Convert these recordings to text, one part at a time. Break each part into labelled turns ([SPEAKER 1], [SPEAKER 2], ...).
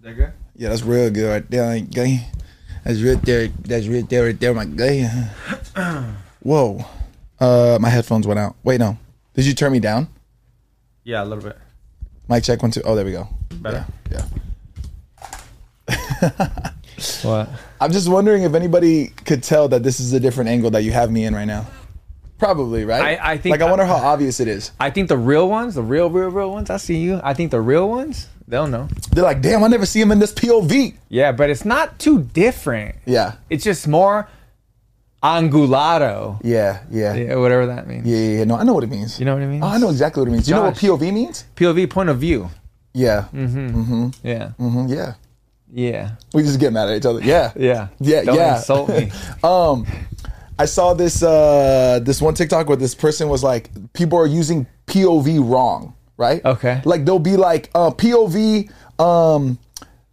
[SPEAKER 1] That good?
[SPEAKER 2] Yeah, that's real good right there, ain't gay. That's right there. That's right there, right there, my gay. Whoa. Uh, my headphones went out. Wait, no. Did you turn me down?
[SPEAKER 1] Yeah, a little bit.
[SPEAKER 2] Mic check one two. Oh, there we go.
[SPEAKER 1] Better?
[SPEAKER 2] Yeah. yeah.
[SPEAKER 3] What?
[SPEAKER 2] I'm just wondering if anybody could tell that this is a different angle that you have me in right now. Probably, right?
[SPEAKER 3] I- I think-
[SPEAKER 2] Like, I wonder how obvious it is.
[SPEAKER 3] I think the real ones, the real, real, real ones. I see you. I think the real ones, they'll know.
[SPEAKER 2] They're like, damn, I never see him in this POV.
[SPEAKER 3] Yeah, but it's not too different.
[SPEAKER 2] Yeah.
[SPEAKER 3] It's just more angulado,
[SPEAKER 2] Yeah. Yeah. Yeah.
[SPEAKER 3] yeah, whatever that means.
[SPEAKER 2] Yeah. yeah. No, I know what it means.
[SPEAKER 3] You know what I mean?
[SPEAKER 2] Oh, I know exactly what it means. You know what
[SPEAKER 3] Josh.
[SPEAKER 2] POV means?
[SPEAKER 3] POV point of view.
[SPEAKER 2] Yeah.
[SPEAKER 3] Mm-hmm. Yeah,
[SPEAKER 2] hmm Yeah.
[SPEAKER 3] yeah,
[SPEAKER 2] We just get mad at each other. Yeah.
[SPEAKER 3] yeah,
[SPEAKER 2] Yeah,
[SPEAKER 3] Don't
[SPEAKER 2] yeah.
[SPEAKER 3] insult me.
[SPEAKER 2] Um, I saw this uh this one TikTok where this person was like, people are using POV wrong, right?
[SPEAKER 3] Okay.
[SPEAKER 2] Like they'll be like, uh, POV. Um,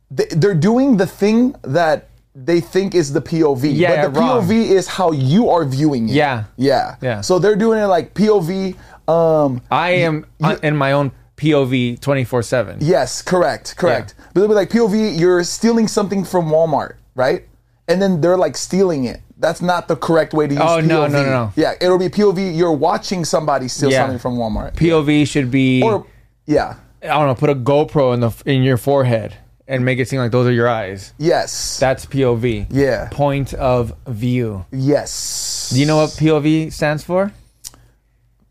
[SPEAKER 2] they, they're doing the thing that they think is the POV,
[SPEAKER 3] Yeah,
[SPEAKER 2] but the
[SPEAKER 3] wrong.
[SPEAKER 2] POV is how you are viewing it.
[SPEAKER 3] Yeah.
[SPEAKER 2] Yeah.
[SPEAKER 3] Yeah.
[SPEAKER 2] So they're doing it like POV. Um,
[SPEAKER 3] I am uh, in my own POV twenty four seven.
[SPEAKER 2] Yes, correct, correct.
[SPEAKER 3] Yeah.
[SPEAKER 2] But they'll be like POV, you're stealing something from Walmart, right? And then they're like stealing it. That's not the correct way to use
[SPEAKER 3] Oh,
[SPEAKER 2] POV.
[SPEAKER 3] no, no, no, no.
[SPEAKER 2] Yeah, it'll be POV. You're watching somebody steal
[SPEAKER 3] Yeah.
[SPEAKER 2] something from Walmart.
[SPEAKER 3] POV should be
[SPEAKER 2] or yeah,
[SPEAKER 3] I don't know. Put a GoPro in the in your forehead and make it seem like those are your eyes.
[SPEAKER 2] yes,
[SPEAKER 3] That's POV.
[SPEAKER 2] Yeah.
[SPEAKER 3] Point of view.
[SPEAKER 2] yes.
[SPEAKER 3] Do you know what POV stands for?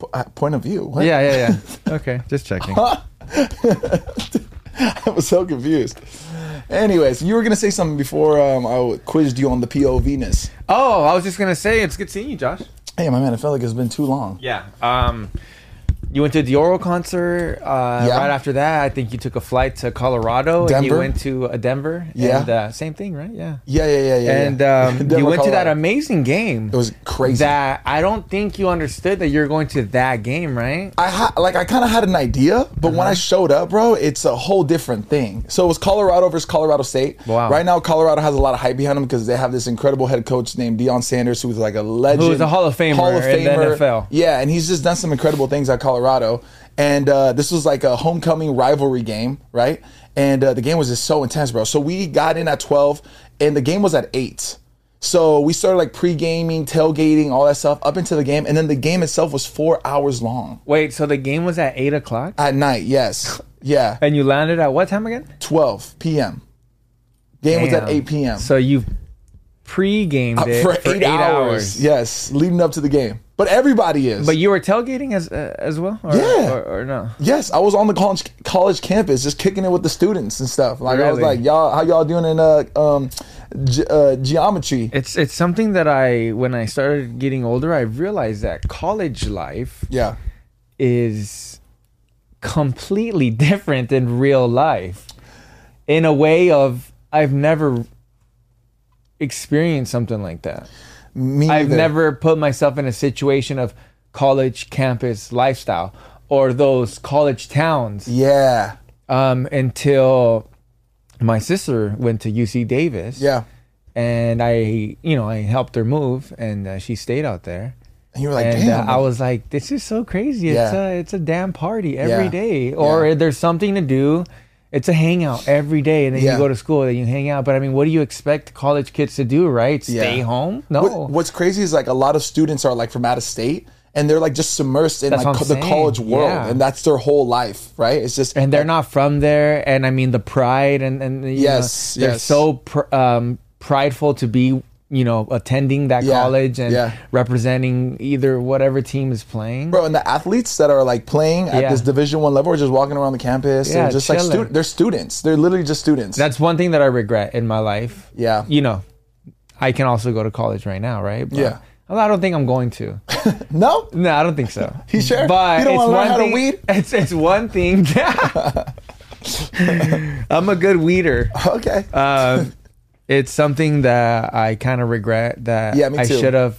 [SPEAKER 2] P- uh, point of view? What?
[SPEAKER 3] Yeah, yeah, yeah. okay, just checking.
[SPEAKER 2] I was so confused. Anyways, you were gonna say something before um, I quizzed you on the POVness.
[SPEAKER 3] Oh, I was just gonna say it's good seeing you, Josh.
[SPEAKER 2] Hey, my man, I felt like it's been too long.
[SPEAKER 3] Yeah. Um, you went to a Dioro concert. Uh,
[SPEAKER 2] Yeah.
[SPEAKER 3] Right after that, I think you took a flight to Colorado. And you
[SPEAKER 2] Denver.
[SPEAKER 3] went to uh, Denver.
[SPEAKER 2] Yeah.
[SPEAKER 3] And, uh, same thing, right? Yeah.
[SPEAKER 2] Yeah, yeah, yeah, yeah.
[SPEAKER 3] And
[SPEAKER 2] yeah.
[SPEAKER 3] um,
[SPEAKER 2] Denver,
[SPEAKER 3] you went to that
[SPEAKER 2] Colorado.
[SPEAKER 3] amazing game.
[SPEAKER 2] It was crazy.
[SPEAKER 3] That I don't think you understood that you're going to that game, right?
[SPEAKER 2] I ha- like I kind of had an idea, but when
[SPEAKER 3] Uh-huh.
[SPEAKER 2] I showed up, bro, it's a whole different thing. So it was Colorado versus Colorado State.
[SPEAKER 3] Wow.
[SPEAKER 2] Right now, Colorado has a lot of hype behind them because they have this incredible head coach named Deion Sanders, who's like a legend,
[SPEAKER 3] a Hall of Famer in the NFL.
[SPEAKER 2] Yeah, and he's just done some incredible things at Colorado. And uh, this was like a homecoming rivalry game, right? And uh, the game was just so intense, bro. So we got in at twelve, and the game was at eight. So we started like pre gaming, tailgating, all that stuff up into the game, and then the game itself was four hours long.
[SPEAKER 3] Wait, so the game was at eight o'clock,
[SPEAKER 2] At night, yes. Yeah.
[SPEAKER 3] and you landed at what time again?
[SPEAKER 2] 12 p.m. Game was
[SPEAKER 3] Damn.
[SPEAKER 2] at 8 p.m.
[SPEAKER 3] So you pre-gamed
[SPEAKER 2] Uh,
[SPEAKER 3] it for, eight, hours.
[SPEAKER 2] Yes, leading up to the game. But everybody is.
[SPEAKER 3] But you were tailgating as uh, as well, or,
[SPEAKER 2] Yeah.
[SPEAKER 3] or, or no?
[SPEAKER 2] yes, I was on the college college campus just kicking it with the students and stuff. Like I was
[SPEAKER 3] Really?
[SPEAKER 2] like, y'all, how y'all doing in uh um ge- uh, geometry?
[SPEAKER 3] It's it's something that I when I started getting older, I realized that college life
[SPEAKER 2] Yeah.
[SPEAKER 3] is completely different than real life, in a way of I've never experienced something like that.
[SPEAKER 2] Me
[SPEAKER 3] I've
[SPEAKER 2] either.
[SPEAKER 3] never put myself in a situation of college campus lifestyle or those college towns
[SPEAKER 2] Yeah.
[SPEAKER 3] um, until my sister went to UC Davis.
[SPEAKER 2] Yeah.
[SPEAKER 3] And I, you know, I helped her move and uh, she stayed out there.
[SPEAKER 2] And you were like,
[SPEAKER 3] and
[SPEAKER 2] damn.
[SPEAKER 3] uh, I was like, this is so crazy. It's,
[SPEAKER 2] Yeah.
[SPEAKER 3] a, it's a damn party every
[SPEAKER 2] Yeah.
[SPEAKER 3] day, Or
[SPEAKER 2] Yeah.
[SPEAKER 3] there's something to do. It's a hangout every day. And then
[SPEAKER 2] Yeah.
[SPEAKER 3] you go to school and you hang out. But I mean, what do you expect college kids to do, right? Stay
[SPEAKER 2] Yeah.
[SPEAKER 3] home? No.
[SPEAKER 2] What- what's crazy is like a lot of students are like from out of state and they're like just submersed in
[SPEAKER 3] That's
[SPEAKER 2] like
[SPEAKER 3] what
[SPEAKER 2] co-
[SPEAKER 3] I'm
[SPEAKER 2] the
[SPEAKER 3] saying.
[SPEAKER 2] college world
[SPEAKER 3] Yeah.
[SPEAKER 2] and that's their whole life, right? It's just
[SPEAKER 3] and they're not from there and i mean the pride and and you
[SPEAKER 2] Yes,
[SPEAKER 3] know, they're
[SPEAKER 2] yes.
[SPEAKER 3] so pr- um prideful to be you know attending that
[SPEAKER 2] Yeah,
[SPEAKER 3] college and
[SPEAKER 2] yeah.
[SPEAKER 3] representing either whatever team is playing
[SPEAKER 2] bro and the athletes that are like playing at
[SPEAKER 3] Yeah.
[SPEAKER 2] this division one level are just walking around the campus
[SPEAKER 3] Yeah,
[SPEAKER 2] they're just like
[SPEAKER 3] chilling.
[SPEAKER 2] stu- they're students they're literally just students
[SPEAKER 3] that's one thing that i regret in my life
[SPEAKER 2] yeah
[SPEAKER 3] you know i can also go to college right now right But
[SPEAKER 2] Yeah.
[SPEAKER 3] i don't think i'm going to
[SPEAKER 2] no
[SPEAKER 3] no i don't think so
[SPEAKER 2] You sure?
[SPEAKER 3] but
[SPEAKER 2] You don't
[SPEAKER 3] it's
[SPEAKER 2] wanna
[SPEAKER 3] one
[SPEAKER 2] learn how to
[SPEAKER 3] thing,
[SPEAKER 2] weed?
[SPEAKER 3] it's, it's one thing i'm a good weeder
[SPEAKER 2] okay
[SPEAKER 3] um, it's something that I kind of regret that
[SPEAKER 2] Yeah, me
[SPEAKER 3] I
[SPEAKER 2] too.
[SPEAKER 3] should have,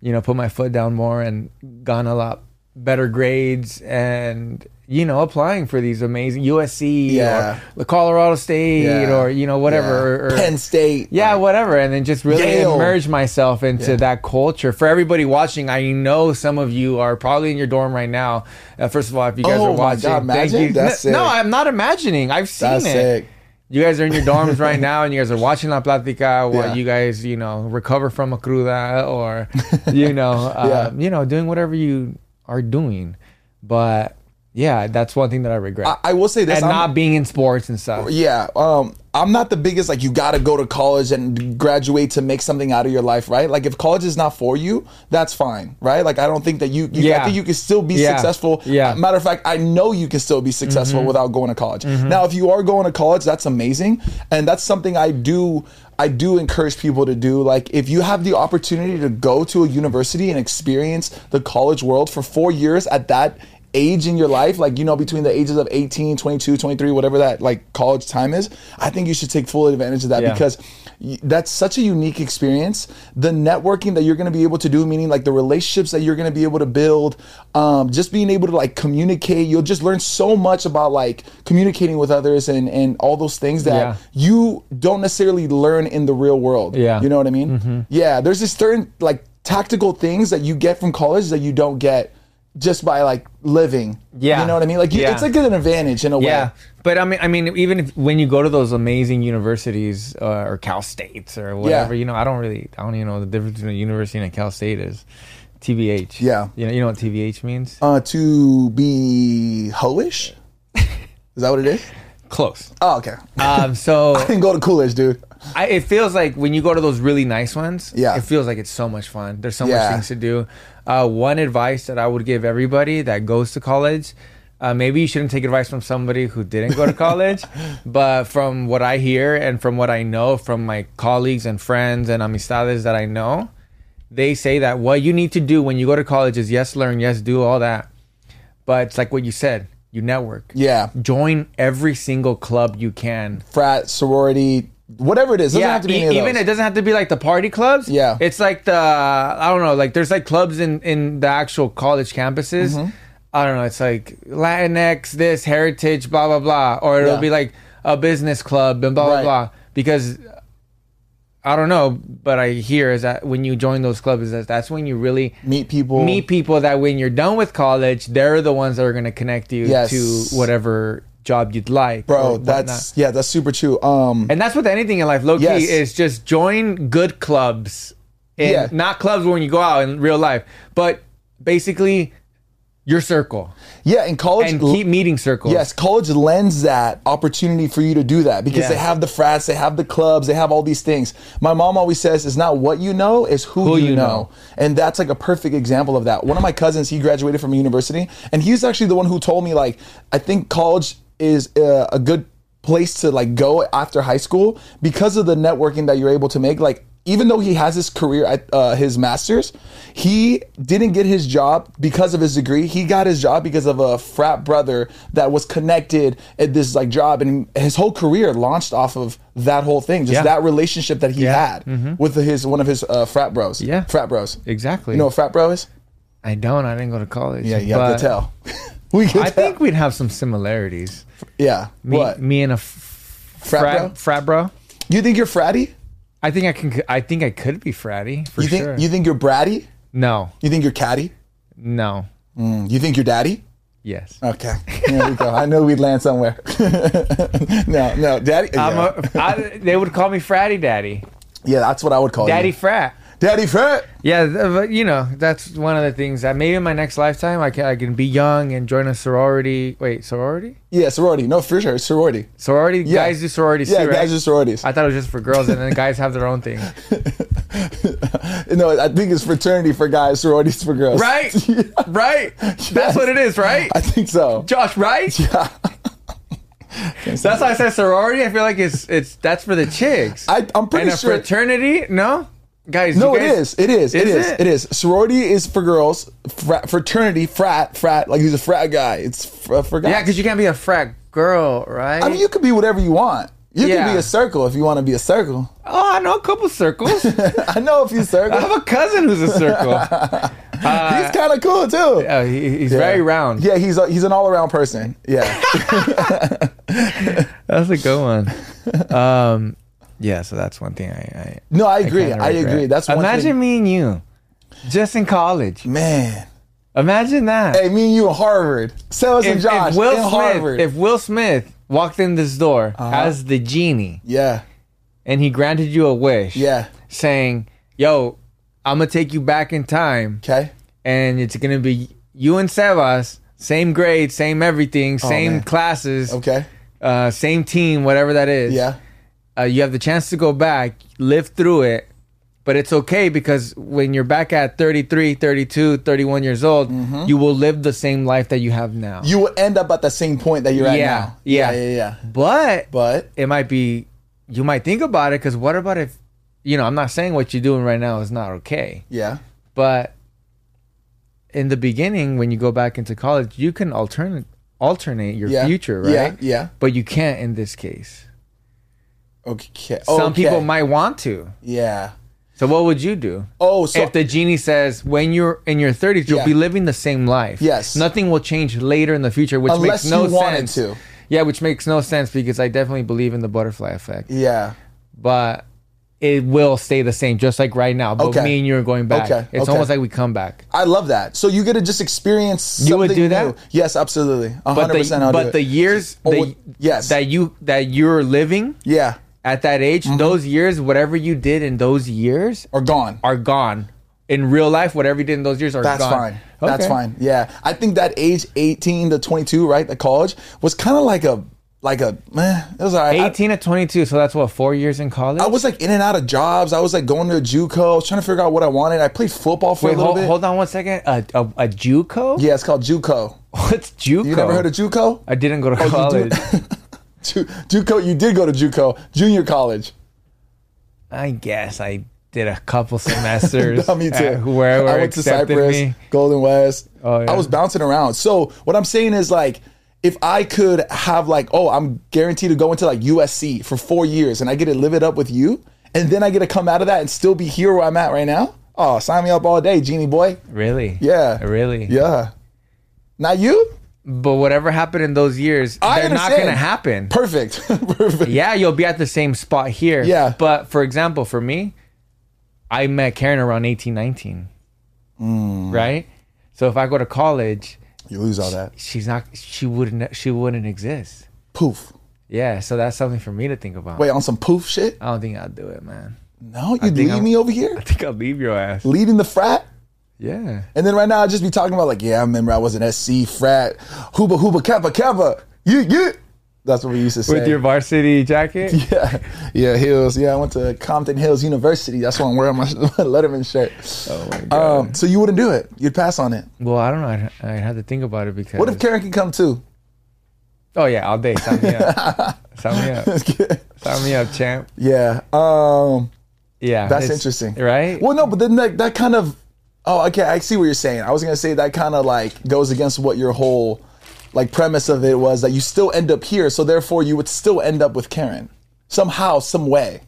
[SPEAKER 3] you know, put my foot down more and gone a lot better grades and you know applying for these amazing USC
[SPEAKER 2] Yeah.
[SPEAKER 3] or the Colorado State
[SPEAKER 2] Yeah.
[SPEAKER 3] or you know whatever
[SPEAKER 2] Yeah.
[SPEAKER 3] or,
[SPEAKER 2] penn state
[SPEAKER 3] yeah, whatever. And then just really
[SPEAKER 2] Yale.
[SPEAKER 3] immerse myself into
[SPEAKER 2] Yeah.
[SPEAKER 3] that culture. For everybody watching, I know some of you are probably in your dorm right now. Uh, first of all, if you guys
[SPEAKER 2] Oh
[SPEAKER 3] are
[SPEAKER 2] my
[SPEAKER 3] watching,
[SPEAKER 2] God,
[SPEAKER 3] thank
[SPEAKER 2] imagine?
[SPEAKER 3] you.
[SPEAKER 2] That's
[SPEAKER 3] no,
[SPEAKER 2] sick.
[SPEAKER 3] I'm not imagining. I've seen
[SPEAKER 2] That's
[SPEAKER 3] it.
[SPEAKER 2] sick.
[SPEAKER 3] You guys are in your dorms right now, and you guys are watching La Platica while
[SPEAKER 2] Yeah.
[SPEAKER 3] you guys, you know, recover from a cruda or, you know, uh, you know, doing whatever you are doing. But yeah, that's one thing that I regret,
[SPEAKER 2] I, I will say this.
[SPEAKER 3] and
[SPEAKER 2] I'm-
[SPEAKER 3] not being in sports and stuff.
[SPEAKER 2] yeah um i'm not the biggest like you gotta go to college and graduate to make something out of your life right like if college is not for you that's fine right like i don't think that you, you i
[SPEAKER 3] Yeah.
[SPEAKER 2] think you can still be
[SPEAKER 3] Yeah.
[SPEAKER 2] successful
[SPEAKER 3] Yeah. Mm-hmm.
[SPEAKER 2] matter of fact i know you can still be successful without going to college now if you are going to college that's amazing and that's something i do i do encourage people to do like if you have the opportunity to go to a university and experience the college world for four years at that age in your life like you know between the ages of 18 22 23 whatever that like college time is i think you should take full advantage of that
[SPEAKER 3] Yeah.
[SPEAKER 2] because y- that's such a unique experience the networking that you're going to be able to do meaning like the relationships that you're going to be able to build um, just being able to like communicate you'll just learn so much about like communicating with others and and all those things that
[SPEAKER 3] Yeah.
[SPEAKER 2] you don't necessarily learn in the real world
[SPEAKER 3] Yeah. Mm-hmm.
[SPEAKER 2] you know what i mean yeah there's this certain like tactical things that you get from college that you don't get just by like living
[SPEAKER 3] Yeah.
[SPEAKER 2] you know what i mean like you,
[SPEAKER 3] Yeah.
[SPEAKER 2] it's like an advantage in a way
[SPEAKER 3] Yeah, but I mean, I mean, even if when you go to those amazing universities uh, or Cal States or whatever, you know, I don't really, I don't even know the difference between a university and a Cal State is. TBH.
[SPEAKER 2] Yeah.
[SPEAKER 3] You know, you know what TBH means?
[SPEAKER 2] uh, to be hoish is that what it is
[SPEAKER 3] Close.
[SPEAKER 2] oh okay
[SPEAKER 3] Um, so
[SPEAKER 2] I didn't go to Coolidge, dude.
[SPEAKER 3] I, it feels like when you go to those really nice ones,
[SPEAKER 2] Yeah.
[SPEAKER 3] it feels like it's so much fun. There's so
[SPEAKER 2] Yeah.
[SPEAKER 3] much things to do. Uh, one advice that I would give everybody that goes to college, uh, maybe you shouldn't take advice from somebody who didn't go to college, but from what I hear and from what I know from my colleagues and friends and amistades that I know, they say that what you need to do when you go to college is yes, learn, yes, do all that. But it's like what you said, you network.
[SPEAKER 2] Yeah,
[SPEAKER 3] Join every single club you can
[SPEAKER 2] frat, sorority, whatever it is. Doesn't have to be
[SPEAKER 3] e-
[SPEAKER 2] any of
[SPEAKER 3] even
[SPEAKER 2] those.
[SPEAKER 3] it doesn't have to be like the party clubs.
[SPEAKER 2] Yeah.
[SPEAKER 3] it's like the I don't know, like there's like clubs in in the actual college campuses.
[SPEAKER 2] Mm-hmm.
[SPEAKER 3] I don't know, it's like Latinx, this heritage, blah blah blah, or it'll
[SPEAKER 2] Yeah.
[SPEAKER 3] be like a business club and blah
[SPEAKER 2] Right.
[SPEAKER 3] blah blah. Because I don't know, but I hear is that when you join those clubs, is that that's when you really
[SPEAKER 2] meet people.
[SPEAKER 3] meet people that when you're done with college, they're the ones that are going to connect you
[SPEAKER 2] Yes.
[SPEAKER 3] to whatever job you'd like, or
[SPEAKER 2] bro.
[SPEAKER 3] whatnot.
[SPEAKER 2] That's yeah, that's super true. Um,
[SPEAKER 3] And that's with anything in life, low key,
[SPEAKER 2] Yes.
[SPEAKER 3] is just join good clubs. And
[SPEAKER 2] Yeah.
[SPEAKER 3] Not clubs when you go out in real life, but basically your circle
[SPEAKER 2] yeah, in college,
[SPEAKER 3] and keep meeting circles.
[SPEAKER 2] Yes, college lends that opportunity for you to do that because
[SPEAKER 3] Yeah.
[SPEAKER 2] they have the frats, they have the clubs, they have all these things. My mom always says, "It's not what you know, it's who, you,
[SPEAKER 3] you
[SPEAKER 2] know.
[SPEAKER 3] know."
[SPEAKER 2] and that's like a perfect example of that. One of my cousins, he graduated from university, and he's actually the one who told me, like, I think college is uh, a good place to like go after high school because of the networking that you're able to make, like. Even though he has his career at uh, his master's, he didn't get his job because of his degree. He got his job because of a frat brother that was connected at this like job, and his whole career launched off of that whole thing, just
[SPEAKER 3] Yeah.
[SPEAKER 2] that relationship that he
[SPEAKER 3] Yeah. Mm-hmm.
[SPEAKER 2] had with his one of his uh, frat bros.
[SPEAKER 3] Yeah.
[SPEAKER 2] frat bros.
[SPEAKER 3] Exactly.
[SPEAKER 2] You know what frat bro is?
[SPEAKER 3] I don't. I didn't go to college.
[SPEAKER 2] Yeah, you have to
[SPEAKER 3] but
[SPEAKER 2] tell. we can
[SPEAKER 3] I
[SPEAKER 2] tell.
[SPEAKER 3] think we'd have some similarities.
[SPEAKER 2] yeah.
[SPEAKER 3] Me,
[SPEAKER 2] what?
[SPEAKER 3] Me and a f-
[SPEAKER 2] Frat
[SPEAKER 3] frat,
[SPEAKER 2] bro?
[SPEAKER 3] frat bro.
[SPEAKER 2] You think you're fratty?
[SPEAKER 3] I think I can. I think I could be fratty for
[SPEAKER 2] You think
[SPEAKER 3] sure.
[SPEAKER 2] you think you're bratty?
[SPEAKER 3] no,
[SPEAKER 2] You think you're catty?
[SPEAKER 3] no,
[SPEAKER 2] Mm, You think you're daddy?
[SPEAKER 3] yes.
[SPEAKER 2] Okay. There we go. I knew we'd land somewhere. no, no, daddy. Yeah.
[SPEAKER 3] I'm a, I, they would call me fratty daddy,
[SPEAKER 2] yeah, that's what I would call
[SPEAKER 3] daddy
[SPEAKER 2] you.
[SPEAKER 3] frat.
[SPEAKER 2] Daddy frat.
[SPEAKER 3] Yeah, th- uh, but you know that's one of the things that maybe in my next lifetime I can I can be young and join a sorority. Wait, sorority?
[SPEAKER 2] Yeah, sorority. No, for sure, sorority.
[SPEAKER 3] Sorority
[SPEAKER 2] Yeah.
[SPEAKER 3] guys do sororities
[SPEAKER 2] Yeah,
[SPEAKER 3] too, right?
[SPEAKER 2] guys are sororities.
[SPEAKER 3] I thought it was just for girls, and then guys have their own thing,
[SPEAKER 2] no, I think it's fraternity for guys, sororities for girls.
[SPEAKER 3] right? Right? That's what it is, right?
[SPEAKER 2] I think so.
[SPEAKER 3] Josh, right?
[SPEAKER 2] Yeah.
[SPEAKER 3] That's why I said sorority. I feel like it's it's that's for the chicks.
[SPEAKER 2] I, I'm pretty
[SPEAKER 3] and a
[SPEAKER 2] sure.
[SPEAKER 3] fraternity? No, guys.
[SPEAKER 2] No,
[SPEAKER 3] you guys,
[SPEAKER 2] it is. It is. It
[SPEAKER 3] Is
[SPEAKER 2] is.
[SPEAKER 3] it?
[SPEAKER 2] It is. Sorority is for girls. Fra- fraternity, frat, frat. Like he's a frat guy. It's fr- for guys.
[SPEAKER 3] Yeah, because you can't be a frat girl, right?
[SPEAKER 2] I mean, you could be whatever you want. You
[SPEAKER 3] Yeah.
[SPEAKER 2] can be a circle if you want to be a circle.
[SPEAKER 3] oh, I know a couple circles. I
[SPEAKER 2] I know a few circles.
[SPEAKER 3] have a cousin who's a circle. Uh,
[SPEAKER 2] he's kind of cool too.
[SPEAKER 3] Oh, he, he's very round.
[SPEAKER 2] Yeah, he's a, he's an all around person. Yeah.
[SPEAKER 3] That's a good one. Um, yeah, so that's one thing I, I
[SPEAKER 2] No, I agree. I,
[SPEAKER 3] regret.
[SPEAKER 2] agree. That's one
[SPEAKER 3] imagine
[SPEAKER 2] thing.
[SPEAKER 3] me and you, just in college.
[SPEAKER 2] Man,
[SPEAKER 3] Imagine that.
[SPEAKER 2] hey, me and you in Harvard. Sell us and
[SPEAKER 3] if,
[SPEAKER 2] Josh
[SPEAKER 3] if Will
[SPEAKER 2] in
[SPEAKER 3] Smith,
[SPEAKER 2] Harvard. Uh-huh.
[SPEAKER 3] if Will Smith walked in this door as the genie
[SPEAKER 2] Yeah.
[SPEAKER 3] and he granted you a wish
[SPEAKER 2] Yeah.
[SPEAKER 3] saying, Yo, I'm gonna take you back in time
[SPEAKER 2] Okay.
[SPEAKER 3] and it's gonna be you and Sebas, same grade, same everything, same
[SPEAKER 2] Oh, man.
[SPEAKER 3] classes,
[SPEAKER 2] Okay.
[SPEAKER 3] uh, same team, whatever that is.
[SPEAKER 2] Yeah.
[SPEAKER 3] Uh, you have the chance to go back, live through it, but it's okay because when you're back at 33, 32, 31 years old,
[SPEAKER 2] Mm-hmm.
[SPEAKER 3] you will live the same life that you have now.
[SPEAKER 2] You will end up at the same point that you're at
[SPEAKER 3] Yeah.
[SPEAKER 2] now.
[SPEAKER 3] Yeah.
[SPEAKER 2] Yeah. Yeah. yeah.
[SPEAKER 3] but
[SPEAKER 2] But
[SPEAKER 3] it might be, you might think about it because what about if, you know, I'm not saying what you're doing right now is not okay.
[SPEAKER 2] yeah.
[SPEAKER 3] but in the beginning when you go back into college you can alternate alternate your
[SPEAKER 2] Yeah.
[SPEAKER 3] future right
[SPEAKER 2] Yeah. Yeah.
[SPEAKER 3] but you can't in this case
[SPEAKER 2] Okay.
[SPEAKER 3] some
[SPEAKER 2] Okay.
[SPEAKER 3] people might want to
[SPEAKER 2] Yeah.
[SPEAKER 3] so what would you do
[SPEAKER 2] Oh, so
[SPEAKER 3] if the genie says when you're in your 30s you'll
[SPEAKER 2] Yeah.
[SPEAKER 3] be living the same life
[SPEAKER 2] Yes.
[SPEAKER 3] nothing will change later in the future which
[SPEAKER 2] unless
[SPEAKER 3] makes no
[SPEAKER 2] you wanted
[SPEAKER 3] sense
[SPEAKER 2] to.
[SPEAKER 3] yeah which makes no sense because i definitely believe in the butterfly effect
[SPEAKER 2] Yeah.
[SPEAKER 3] but it will stay the same just like right now but
[SPEAKER 2] Okay.
[SPEAKER 3] me and you are going back
[SPEAKER 2] Okay.
[SPEAKER 3] it's
[SPEAKER 2] Okay.
[SPEAKER 3] almost like we come back
[SPEAKER 2] I love that. So you get to just experience something
[SPEAKER 3] You would do that?
[SPEAKER 2] new. Yes, absolutely. 100%
[SPEAKER 3] but the,
[SPEAKER 2] I'll do
[SPEAKER 3] but
[SPEAKER 2] it.
[SPEAKER 3] the years
[SPEAKER 2] Oh,
[SPEAKER 3] the,
[SPEAKER 2] yes.
[SPEAKER 3] that you that you're living
[SPEAKER 2] yeah.
[SPEAKER 3] at that age
[SPEAKER 2] Mm-hmm.
[SPEAKER 3] those years whatever you did in those years
[SPEAKER 2] Or gone.
[SPEAKER 3] are gone in real life whatever you did in those years are
[SPEAKER 2] That's
[SPEAKER 3] gone
[SPEAKER 2] fine. That's
[SPEAKER 3] Okay.
[SPEAKER 2] fine. Yeah, I think that age eighteen to twenty two, right, the college was kind of like a like a man. It was all right. I-
[SPEAKER 3] 18 to 22 so that's what four years in college
[SPEAKER 2] I, was like in and out of jobs. I was like going to a JUCO. I was trying to figure out what I wanted. I played football for
[SPEAKER 3] Wait,
[SPEAKER 2] a little
[SPEAKER 3] hold,
[SPEAKER 2] bit.
[SPEAKER 3] hold on one second. A, a, a JUCO?
[SPEAKER 2] Yeah, it's called JUCO.
[SPEAKER 3] What's JUCO?
[SPEAKER 2] You never heard of Oh, JUCO?
[SPEAKER 3] I didn't go to college.
[SPEAKER 2] Ju- JUCO. You did go to JUCO, junior college.
[SPEAKER 3] I guess I did a couple semesters.
[SPEAKER 2] No, me too.
[SPEAKER 3] at Wherever
[SPEAKER 2] I went to
[SPEAKER 3] accepted
[SPEAKER 2] Cyprus,
[SPEAKER 3] me.
[SPEAKER 2] Golden West.
[SPEAKER 3] Oh, yeah.
[SPEAKER 2] I was bouncing around. So what I'm saying is like, if I could have like, oh, I'm guaranteed to go into like USC for four years, and I get to live it up with you, and then I get to come out of that and still be here where I'm at right now. Oh, sign me up all day, genie boy.
[SPEAKER 3] Really?
[SPEAKER 2] Yeah.
[SPEAKER 3] Really?
[SPEAKER 2] Yeah. Not you.
[SPEAKER 3] But whatever happened in those years,
[SPEAKER 2] I
[SPEAKER 3] they're not
[SPEAKER 2] understand.
[SPEAKER 3] going to happen.
[SPEAKER 2] Perfect. Perfect.
[SPEAKER 3] yeah, you'll be at the same spot here.
[SPEAKER 2] Yeah.
[SPEAKER 3] But for example, for me, I met Karen around eighteen, nineteen,
[SPEAKER 2] Mm.
[SPEAKER 3] Right? So if I go to college,
[SPEAKER 2] You lose all that.
[SPEAKER 3] she's not she wouldn't she wouldn't exist.
[SPEAKER 2] Poof.
[SPEAKER 3] Yeah, so that's something for me to think about.
[SPEAKER 2] Wait, on some poof shit?
[SPEAKER 3] I don't think I'll do it, man.
[SPEAKER 2] No, you
[SPEAKER 3] think
[SPEAKER 2] leave
[SPEAKER 3] I'm-
[SPEAKER 2] me over here,
[SPEAKER 3] I think I'll leave your ass.
[SPEAKER 2] leading the frat.
[SPEAKER 3] Yeah.
[SPEAKER 2] And then right now I just be talking about like, yeah, I remember I was an SC frat, hooba hooba kappa kappa, yeah yeah. That's what we used to say.
[SPEAKER 3] With your varsity jacket?
[SPEAKER 2] yeah, yeah, Hills. Yeah, I went to Compton Hills University. That's why I'm wearing my Letterman shirt.
[SPEAKER 3] Oh my god.
[SPEAKER 2] Um, so you wouldn't do it. You'd pass on it.
[SPEAKER 3] well, I don't know. I'd, I'd have to think about it because
[SPEAKER 2] What if Karen can come too?
[SPEAKER 3] Oh yeah, all day. Sign me up. sign me up. Sign me up, champ.
[SPEAKER 2] yeah. Um,
[SPEAKER 3] Yeah.
[SPEAKER 2] That's
[SPEAKER 3] it's-
[SPEAKER 2] interesting.
[SPEAKER 3] Right?
[SPEAKER 2] Well, no, but then that, that kind of. Oh, okay. I see what you're saying. I was gonna say that kind of like goes against what your whole like premise of it was that you still end up here, so therefore you would still end up with Karen somehow, some way.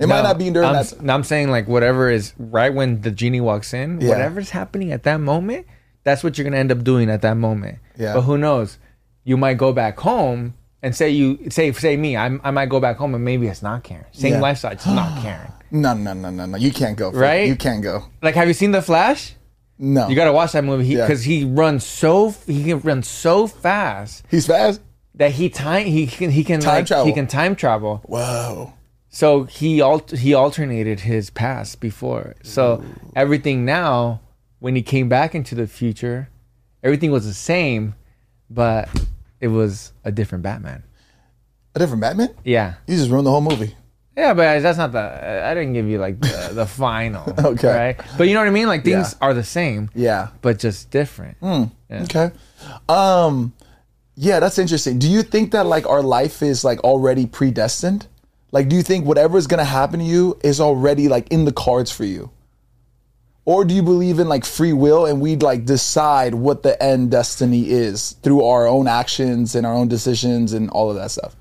[SPEAKER 2] It might
[SPEAKER 3] No,
[SPEAKER 2] not be during
[SPEAKER 3] I'm,
[SPEAKER 2] that.
[SPEAKER 3] no, I'm saying like whatever is right when the genie walks in,
[SPEAKER 2] Yeah.
[SPEAKER 3] whatever's happening at that moment, that's what you're gonna end up doing at that moment.
[SPEAKER 2] Yeah.
[SPEAKER 3] But who knows? You might go back home and say you say say me. I, I might go back home and maybe it's not Karen. Same
[SPEAKER 2] Yeah.
[SPEAKER 3] lifestyle, it's not Karen.
[SPEAKER 2] No, no, no, no, no. You can't go. Phil.
[SPEAKER 3] Right?
[SPEAKER 2] You can't go.
[SPEAKER 3] Like, have you seen The Flash?
[SPEAKER 2] No.
[SPEAKER 3] You gotta watch that movie
[SPEAKER 2] Yeah.
[SPEAKER 3] because he runs so f- he can run so fast
[SPEAKER 2] He's fast.
[SPEAKER 3] that he time he can he can
[SPEAKER 2] Time
[SPEAKER 3] like, he
[SPEAKER 2] travel.
[SPEAKER 3] can time travel.
[SPEAKER 2] Whoa.
[SPEAKER 3] So he alt- he alternated his past before. So everything now, when he came back into the future, everything was the same, but it was a different Batman.
[SPEAKER 2] A different Batman.
[SPEAKER 3] Yeah,
[SPEAKER 2] You just ruined the whole movie.
[SPEAKER 3] yeah, but that's not the. I didn't give you like the, the final.
[SPEAKER 2] Okay.
[SPEAKER 3] right? But you know what I mean. Like things are the same,
[SPEAKER 2] Yeah.
[SPEAKER 3] but just different. Yeah.
[SPEAKER 2] Okay. Um yeah, that's interesting. Do you think that like our life is like already predestined? Like do you think whatever is going to happen to you is already like in the cards for you? Or do you believe in like free will and we like decide what the end destiny is through our own actions and our own decisions and all of that stuff?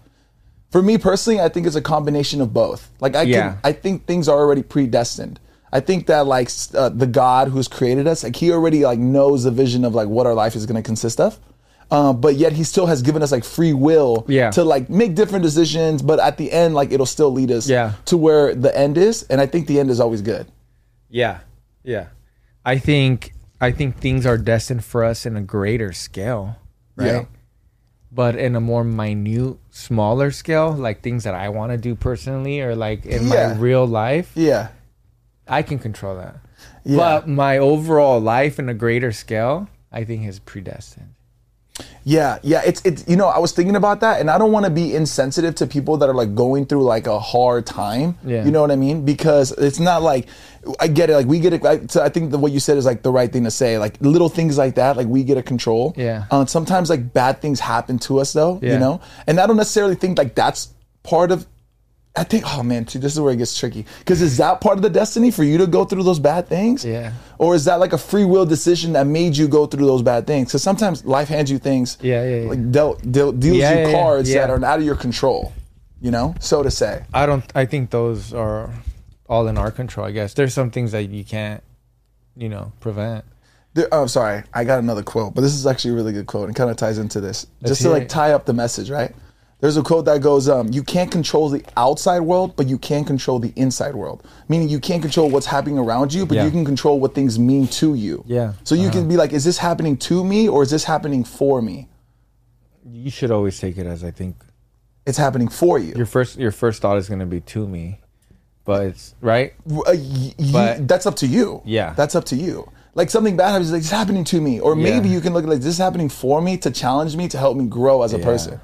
[SPEAKER 2] For me personally, I think it's a combination of both. Like I
[SPEAKER 3] Yeah.
[SPEAKER 2] can I think things are already predestined. I think that like s- uh, the God who's created us, like he already like knows the vision of like what our life is going to consist of. Um, but yet he still has given us like free will
[SPEAKER 3] Yeah.
[SPEAKER 2] to like make different decisions, but at the end like it'll still lead us
[SPEAKER 3] Yeah.
[SPEAKER 2] to where the end is, and I think the end is always good.
[SPEAKER 3] Yeah, yeah. I think I think things are destined for us in a greater scale, right?
[SPEAKER 2] Yeah.
[SPEAKER 3] but in a more minute, smaller scale, like things that I want to do personally or like in
[SPEAKER 2] Yeah.
[SPEAKER 3] my real life,
[SPEAKER 2] Yeah.
[SPEAKER 3] I can control that.
[SPEAKER 2] Yeah.
[SPEAKER 3] But my overall life in a greater scale, I think is predestined.
[SPEAKER 2] Yeah, yeah, it's it's you know I was thinking about that, and I don't want to be insensitive to people that are like going through like a hard time.
[SPEAKER 3] Yeah.
[SPEAKER 2] you know what I mean? Because it's not like I get it. Like we get it. I, so I think that what you said is like the right thing to say. Like little things like that, like we get a control.
[SPEAKER 3] Yeah.
[SPEAKER 2] Um, sometimes like bad things happen to us though. You
[SPEAKER 3] Yeah.
[SPEAKER 2] know, and I don't necessarily think like that's part of. I think oh man, too, this is where it gets tricky. Because is that part of the destiny for you to go through those bad things?
[SPEAKER 3] Yeah.
[SPEAKER 2] Or is that like a free will decision that made you go through those bad things? Because sometimes life hands you things
[SPEAKER 3] Yeah, yeah, yeah.
[SPEAKER 2] like dealt, dealt, deals
[SPEAKER 3] Yeah,
[SPEAKER 2] you
[SPEAKER 3] yeah,
[SPEAKER 2] cards
[SPEAKER 3] yeah.
[SPEAKER 2] that are out of your control, you know, so to say.
[SPEAKER 3] I don't. I think those are all in our control. I guess there's some things that you can't, you know, prevent.
[SPEAKER 2] There, oh, sorry, I got another quote, but this is actually a really good quote and kind of ties into this. Just to
[SPEAKER 3] hear
[SPEAKER 2] like
[SPEAKER 3] it.
[SPEAKER 2] tie up the message, right? There's a quote that goes, um, "You can't control the outside world, but you can control the inside world." Meaning, you can't control what's happening around you, but
[SPEAKER 3] Yeah.
[SPEAKER 2] you can control what things mean to you.
[SPEAKER 3] Yeah. Uh-huh.
[SPEAKER 2] So you can be like, "Is this happening to me, or is this happening for me?"
[SPEAKER 3] You should always take it as I think
[SPEAKER 2] It's happening for you.
[SPEAKER 3] your first your first thought is gonna be to me, but it's right.
[SPEAKER 2] Uh, y- you-
[SPEAKER 3] But-
[SPEAKER 2] that's up to you.
[SPEAKER 3] Yeah.
[SPEAKER 2] That's up to you. Like something bad happens, like it's happening to me, or
[SPEAKER 3] Yeah.
[SPEAKER 2] maybe you can look at it like this is happening for me to challenge me to help me grow as a
[SPEAKER 3] Yeah.
[SPEAKER 2] person.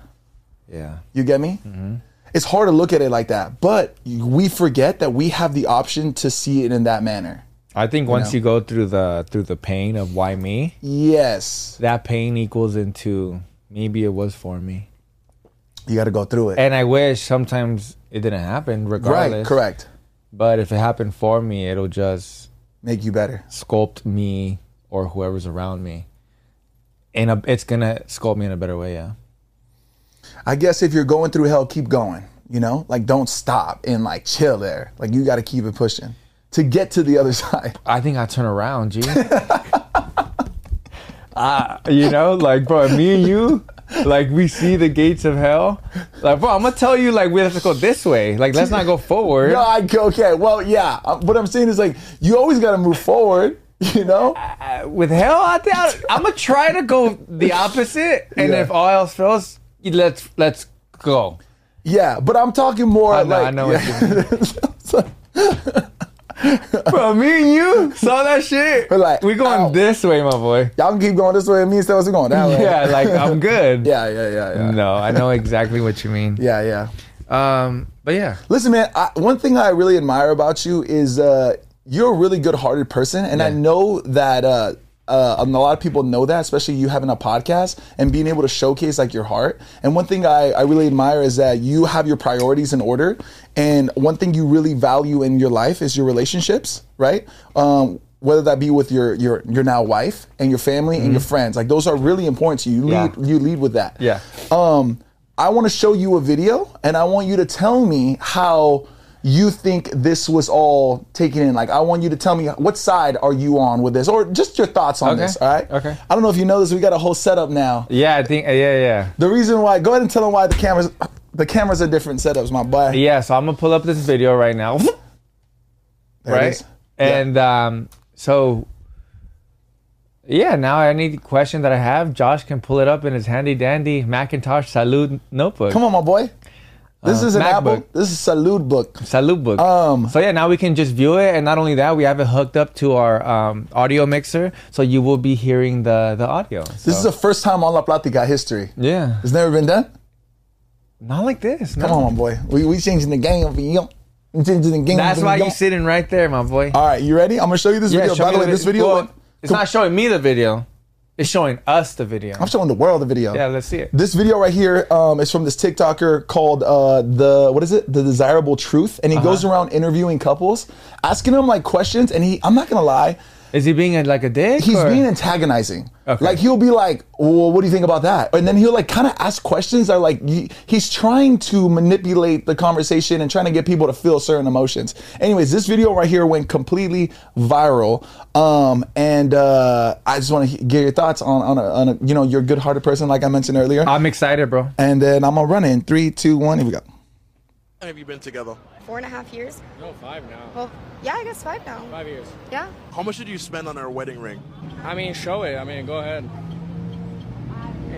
[SPEAKER 3] Yeah.
[SPEAKER 2] You get me?
[SPEAKER 3] Mm-hmm.
[SPEAKER 2] It's hard to look at it like that, but we forget that we have the option to see it in that manner.
[SPEAKER 3] I think once
[SPEAKER 2] know?
[SPEAKER 3] you go through the through the pain of why me,
[SPEAKER 2] Yes,
[SPEAKER 3] that pain equals into maybe it was for me.
[SPEAKER 2] you got to go through it.
[SPEAKER 3] And I wish sometimes it didn't happen regardless.
[SPEAKER 2] right? Correct.
[SPEAKER 3] But if it happened for me, it'll just
[SPEAKER 2] Make you better.
[SPEAKER 3] sculpt me or whoever's around me. And a, it's gonna sculpt me in a better way, yeah.
[SPEAKER 2] I guess if you're going through hell, keep going. You know, like don't stop and like chill there. Like you got to keep it pushing to get to the other side.
[SPEAKER 3] I think I turn around, G. Ah, you know, like bro, me and you, like we see the gates of hell. Like, bro, I'm gonna tell you, like we have to go this way. Like, let's not go forward.
[SPEAKER 2] No, I okay. Well, yeah. Uh, What I'm saying is like you always got to move forward. You know,
[SPEAKER 3] Uh, With hell, I think I, I'm gonna try to go the opposite, and
[SPEAKER 2] Yeah.
[SPEAKER 3] if all else fails, you- let's let's go.
[SPEAKER 2] yeah. But I'm talking more
[SPEAKER 3] I know,
[SPEAKER 2] like
[SPEAKER 3] I know
[SPEAKER 2] yeah.
[SPEAKER 3] what you mean. Bro, me and you saw that shit.
[SPEAKER 2] We're like,
[SPEAKER 3] we going
[SPEAKER 2] ow.
[SPEAKER 3] this way, my boy.
[SPEAKER 2] y'all can keep going this way. Me and Stelz are going that way.
[SPEAKER 3] Yeah, like I'm good.
[SPEAKER 2] yeah, yeah, yeah, yeah,
[SPEAKER 3] No, I know exactly what you mean.
[SPEAKER 2] yeah, yeah.
[SPEAKER 3] Um, but yeah,
[SPEAKER 2] Listen, man. I, one thing I really admire about you is uh, you're a really good-hearted person, and I know that uh, uh, and a lot of people know that, especially you having a podcast and being able to showcase like your heart. And one thing I, I really admire is that you have your priorities in order, and one thing you really value in your life is your relationships, right? Um, whether that be with your your your now wife and your family and your friends, like those are really important to you. You
[SPEAKER 3] Yeah.
[SPEAKER 2] lead you lead with that.
[SPEAKER 3] Yeah.
[SPEAKER 2] Um, I want to show you a video, and I want you to tell me how you think this was all taken in. Like, I want you to tell me what side are you on with this, or just your thoughts on
[SPEAKER 3] Okay.
[SPEAKER 2] this. All right.
[SPEAKER 3] Okay.
[SPEAKER 2] I don't know if you know this. We got a whole setup now.
[SPEAKER 3] yeah, I think yeah, yeah,
[SPEAKER 2] The reason why. Go ahead and tell them why the cameras. The cameras are different setups, my boy.
[SPEAKER 3] yeah. So I'm gonna pull up this video right now,
[SPEAKER 2] There it
[SPEAKER 3] right?
[SPEAKER 2] is.
[SPEAKER 3] And um, so yeah, now any question that I have, Josh can pull it up in his handy dandy Macintosh Salute notebook,
[SPEAKER 2] Come on, my boy. This
[SPEAKER 3] Uh,
[SPEAKER 2] is an
[SPEAKER 3] MacBook.
[SPEAKER 2] Apple. This is Salute book.
[SPEAKER 3] Salute book.
[SPEAKER 2] Um,
[SPEAKER 3] So yeah, now we can just view it, and not only that, we have it hooked up to our um, audio mixer, so you will be hearing the the audio.
[SPEAKER 2] this is the first time on La Platica history.
[SPEAKER 3] yeah,
[SPEAKER 2] It's never been done.
[SPEAKER 3] not like this.
[SPEAKER 2] Come
[SPEAKER 3] no.
[SPEAKER 2] on, my boy. We we changing the game. over here. We Changing the game.
[SPEAKER 3] That's
[SPEAKER 2] over
[SPEAKER 3] why
[SPEAKER 2] here.
[SPEAKER 3] you're sitting right there, my boy.
[SPEAKER 2] All right, you ready? I'm gonna show you this Uh, video.
[SPEAKER 3] show
[SPEAKER 2] By
[SPEAKER 3] me
[SPEAKER 2] the way, this
[SPEAKER 3] vid-
[SPEAKER 2] video.
[SPEAKER 3] well,
[SPEAKER 2] went-
[SPEAKER 3] it's not showing me the video. It's showing us the video.
[SPEAKER 2] I'm showing the world the video.
[SPEAKER 3] Yeah, let's see it.
[SPEAKER 2] This video right here um, is from this TikToker called uh, the what is it? The Desirable Truth, and he
[SPEAKER 3] Uh-huh.
[SPEAKER 2] goes around interviewing couples, asking them like questions, and he I'm not gonna lie,
[SPEAKER 3] Is he being a, like a dick?
[SPEAKER 2] he's
[SPEAKER 3] or-
[SPEAKER 2] being antagonizing.
[SPEAKER 3] Okay.
[SPEAKER 2] Like he'll be like, well, "What do you think about that?" And then he'll like kind of ask questions that are like y- he's trying to manipulate the conversation and trying to get people to feel certain emotions. Anyways, this video right here went completely viral, um, and uh, I just want to get your thoughts on on a, on a you know you're a good-hearted person like I mentioned earlier,
[SPEAKER 3] I'm excited, bro.
[SPEAKER 2] and then I'm gonna run in three, two, one. Here we go.
[SPEAKER 4] long have you been together?
[SPEAKER 5] four and a half years.
[SPEAKER 6] No, five now.
[SPEAKER 5] Well, yeah, I guess five now.
[SPEAKER 6] Five years.
[SPEAKER 5] Yeah.
[SPEAKER 4] How much did you spend on our wedding ring?
[SPEAKER 6] I mean, show it. I mean, go ahead.
[SPEAKER 5] I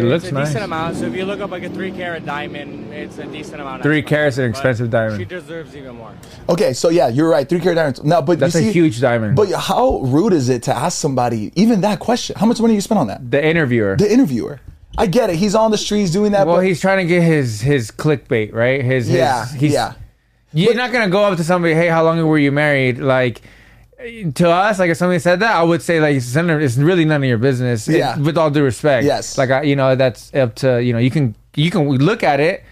[SPEAKER 6] It,
[SPEAKER 3] looks
[SPEAKER 6] Eh, it's a
[SPEAKER 3] nice.
[SPEAKER 6] decent amount. So if you look up like a three carat diamond, it's a decent amount.
[SPEAKER 3] Three
[SPEAKER 6] actually.
[SPEAKER 3] carat's an
[SPEAKER 6] But
[SPEAKER 3] expensive diamond.
[SPEAKER 6] She deserves even more.
[SPEAKER 2] Okay, so yeah, you're right. Three carat diamonds. No, but
[SPEAKER 3] That's
[SPEAKER 2] you
[SPEAKER 3] a
[SPEAKER 2] see,
[SPEAKER 3] huge diamond.
[SPEAKER 2] But how rude is it to ask somebody even that question? How much money you spent on that?
[SPEAKER 3] The interviewer.
[SPEAKER 2] The interviewer. I get it. He's on the streets doing that.
[SPEAKER 3] well,
[SPEAKER 2] but
[SPEAKER 3] he's trying to get his his clickbait right. His, his
[SPEAKER 2] yeah,
[SPEAKER 3] he's,
[SPEAKER 2] yeah.
[SPEAKER 3] You're not gonna go up to somebody, hey, how long were you married? Like to us, like if somebody said that, I would say like it's, none of- it's really none of your business. It-
[SPEAKER 2] Yeah.
[SPEAKER 3] with all due respect.
[SPEAKER 2] Yes.
[SPEAKER 3] Like I, you know, that's up to you know you can you can look at it,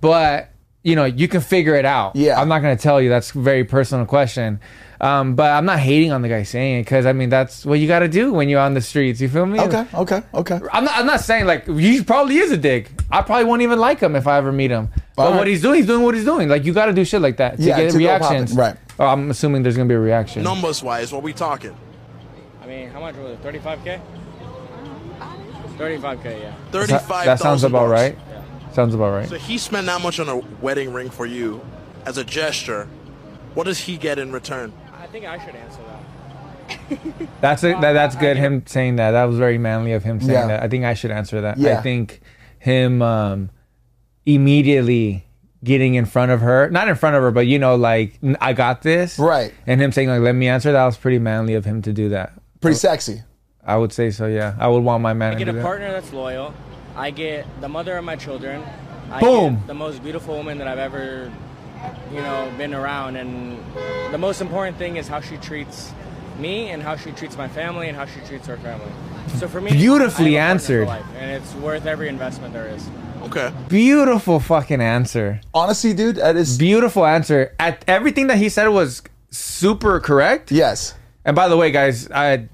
[SPEAKER 3] but you know you can figure it out.
[SPEAKER 2] Yeah.
[SPEAKER 3] I'm not gonna tell you. That's a very personal question. Um, but I'm not hating on the guy saying it because I mean that's what you got to do when you're on the streets. You feel me?
[SPEAKER 2] Okay, okay, okay.
[SPEAKER 3] I'm not. I'm not saying like you probably is a dick. I probably won't even like him if I ever meet him. But
[SPEAKER 2] Alright.
[SPEAKER 3] what he's doing, he's doing what he's doing. Like you got to do shit like that to
[SPEAKER 2] Yeah,
[SPEAKER 3] get
[SPEAKER 2] to go
[SPEAKER 3] reactions.
[SPEAKER 2] poppin', right.
[SPEAKER 3] Oh, I'm assuming there's gonna be a reaction.
[SPEAKER 4] Numbers wise, what we talking?
[SPEAKER 6] I mean, how much was it? Thirty-five k. Thirty-five k. Yeah.
[SPEAKER 3] that,
[SPEAKER 4] Thirty-five.
[SPEAKER 3] that sounds about right. Sounds about right.
[SPEAKER 4] So he spent that much on a wedding ring for you, as a gesture. What does he get in return?
[SPEAKER 6] I think I should answer that.
[SPEAKER 3] That's a, that, that's good. Him saying that. That was very manly of him saying
[SPEAKER 2] Yeah.
[SPEAKER 3] that. I think I should answer that.
[SPEAKER 2] Yeah.
[SPEAKER 3] I think him um, immediately getting in front of her, not in front of her, but you know, like "N- I got this.
[SPEAKER 2] Right.
[SPEAKER 3] And him saying like, "Let me answer." That was pretty manly of him to do that.
[SPEAKER 2] Pretty sexy.
[SPEAKER 3] I would say so. Yeah, I would want my man.
[SPEAKER 6] I
[SPEAKER 3] to
[SPEAKER 6] get
[SPEAKER 3] do
[SPEAKER 6] a
[SPEAKER 3] that.
[SPEAKER 6] partner that's loyal. I get the mother of my children. I
[SPEAKER 3] Boom.
[SPEAKER 6] Get the most beautiful woman that I've ever, you know, been around, and the most important thing is how she treats me and how she treats my family and how she treats her family. So for me, I have a
[SPEAKER 3] Beautifully
[SPEAKER 6] partner
[SPEAKER 3] answered.
[SPEAKER 6] for life, and it's worth every investment there is.
[SPEAKER 4] Okay.
[SPEAKER 3] Beautiful fucking answer.
[SPEAKER 2] Honestly, dude, that is
[SPEAKER 3] Beautiful answer. At everything that he said was super correct.
[SPEAKER 2] yes.
[SPEAKER 3] And by the way, guys, I